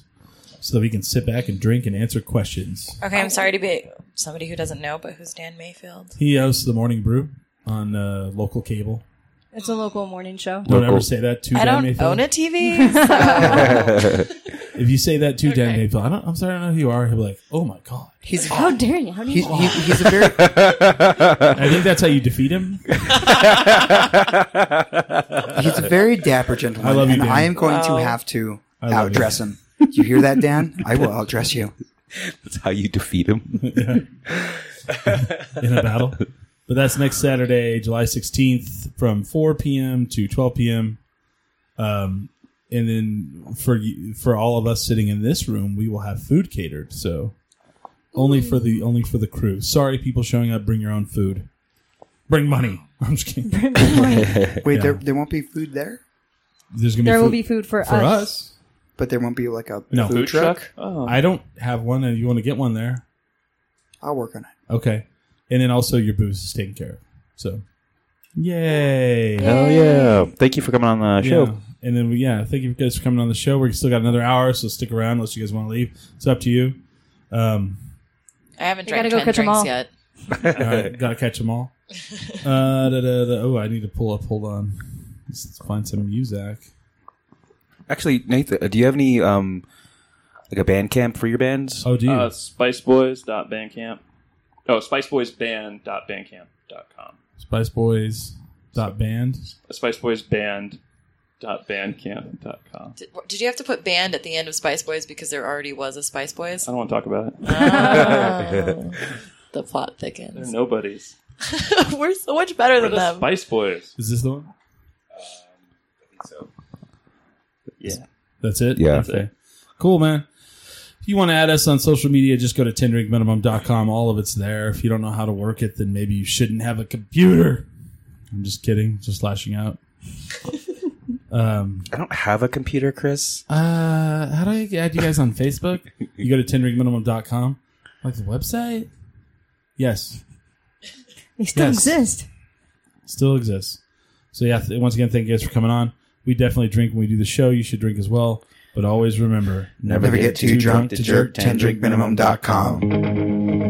Speaker 2: so that we can sit back and drink and answer questions.
Speaker 6: Okay, I'm sorry to be somebody who doesn't know, but who's Dan Mayfield?
Speaker 2: He hosts the Morning Brew on uh, local cable.
Speaker 5: It's a local morning show.
Speaker 2: Don't ever
Speaker 8: Local.
Speaker 2: say that to
Speaker 6: I
Speaker 2: Dan
Speaker 6: don't
Speaker 2: Mayfield.
Speaker 6: own a TV. so-
Speaker 2: If you say that to Dan
Speaker 6: Okay.
Speaker 2: Mayfield, I don't, I'm sorry, I don't know who you are. He'll be like, "Oh my god!"
Speaker 4: He's
Speaker 5: How dare you? How do you?
Speaker 4: he's, he, he's a very
Speaker 2: I think that's how you defeat him.
Speaker 4: he's a very dapper gentleman.
Speaker 2: I love you,
Speaker 4: and
Speaker 2: Dan.
Speaker 4: I am going
Speaker 6: Wow.
Speaker 4: to have to
Speaker 2: love you.
Speaker 4: outdress him. You hear that, Dan? I will outdress you.
Speaker 8: That's how you defeat him.
Speaker 2: in a battle. But that's next Saturday, July 16th, from 4 p.m. to 12 p.m. Um, and then for you- for all of us sitting in this room, we will have food catered. So Only for the only for the crew. Sorry, people showing up. Bring your own food. Bring money. I'm just kidding.
Speaker 4: Wait, there there won't be food there,
Speaker 2: There's gonna be
Speaker 5: There will
Speaker 2: food
Speaker 5: be food for,
Speaker 2: for us.
Speaker 4: but there won't be like a
Speaker 2: No.
Speaker 4: food,
Speaker 2: Food
Speaker 4: truck?
Speaker 7: Oh.
Speaker 2: I don't have one, and you want to get one there.
Speaker 4: I'll work on it.
Speaker 2: Okay, and then also your booze is taken care of. So, yay!
Speaker 8: Hell yeah! Thank you for coming on the
Speaker 2: Yeah.
Speaker 8: show.
Speaker 2: And then we, yeah, thank you guys for coming on the show. We still got another hour, so stick around unless you guys want to leave. It's up to you. Um,
Speaker 6: I haven't
Speaker 5: You
Speaker 6: drank
Speaker 5: gotta go
Speaker 6: ten
Speaker 5: catch 'em
Speaker 6: drinks
Speaker 5: all.
Speaker 6: yet.
Speaker 2: all right, gotta catch them all. Uh, da, da, da. Oh, I need to pull up. Hold on. Let's find some music.
Speaker 3: Actually, Nathan, uh, do you have any um like a band camp for your bands?
Speaker 2: Oh, do you?
Speaker 7: Uh, spiceboys.bandcamp. Oh, spiceboysband.bandcamp.com.
Speaker 2: Spice Boys dot band.
Speaker 7: Spiceboysband.bandcamp.com.
Speaker 6: Did, did you have to put band at the end of Spice Boys because there already was a Spice Boys?
Speaker 7: I don't want to talk about it.
Speaker 6: The plot
Speaker 7: They're
Speaker 6: thickens.
Speaker 7: nobodies.
Speaker 6: We're so much better
Speaker 7: We're
Speaker 6: than
Speaker 7: the
Speaker 6: them.
Speaker 7: Spice Boys.
Speaker 2: Is this the one?
Speaker 7: Yeah.
Speaker 2: That's it?
Speaker 3: Yeah.
Speaker 2: Okay. Cool, man. If you want to add us on social media, just go to 10drinkminimum.com. All of it's there. If you don't know how to work it, then maybe you shouldn't have a computer. I'm just kidding. Just lashing out. um,
Speaker 3: I don't have a computer, Chris.
Speaker 2: uh, how do I add you guys on Facebook? You go to 10drinkminimum.com. Like the website? Yes.
Speaker 5: They still
Speaker 2: Yes.
Speaker 5: exist.
Speaker 2: still exists. So yeah, th- once again, thank you guys for coming on. We definitely drink when we do the show. You should drink as well. But always remember,
Speaker 4: Never get too drunk to jerk 10drinkminimum.com.
Speaker 3: com.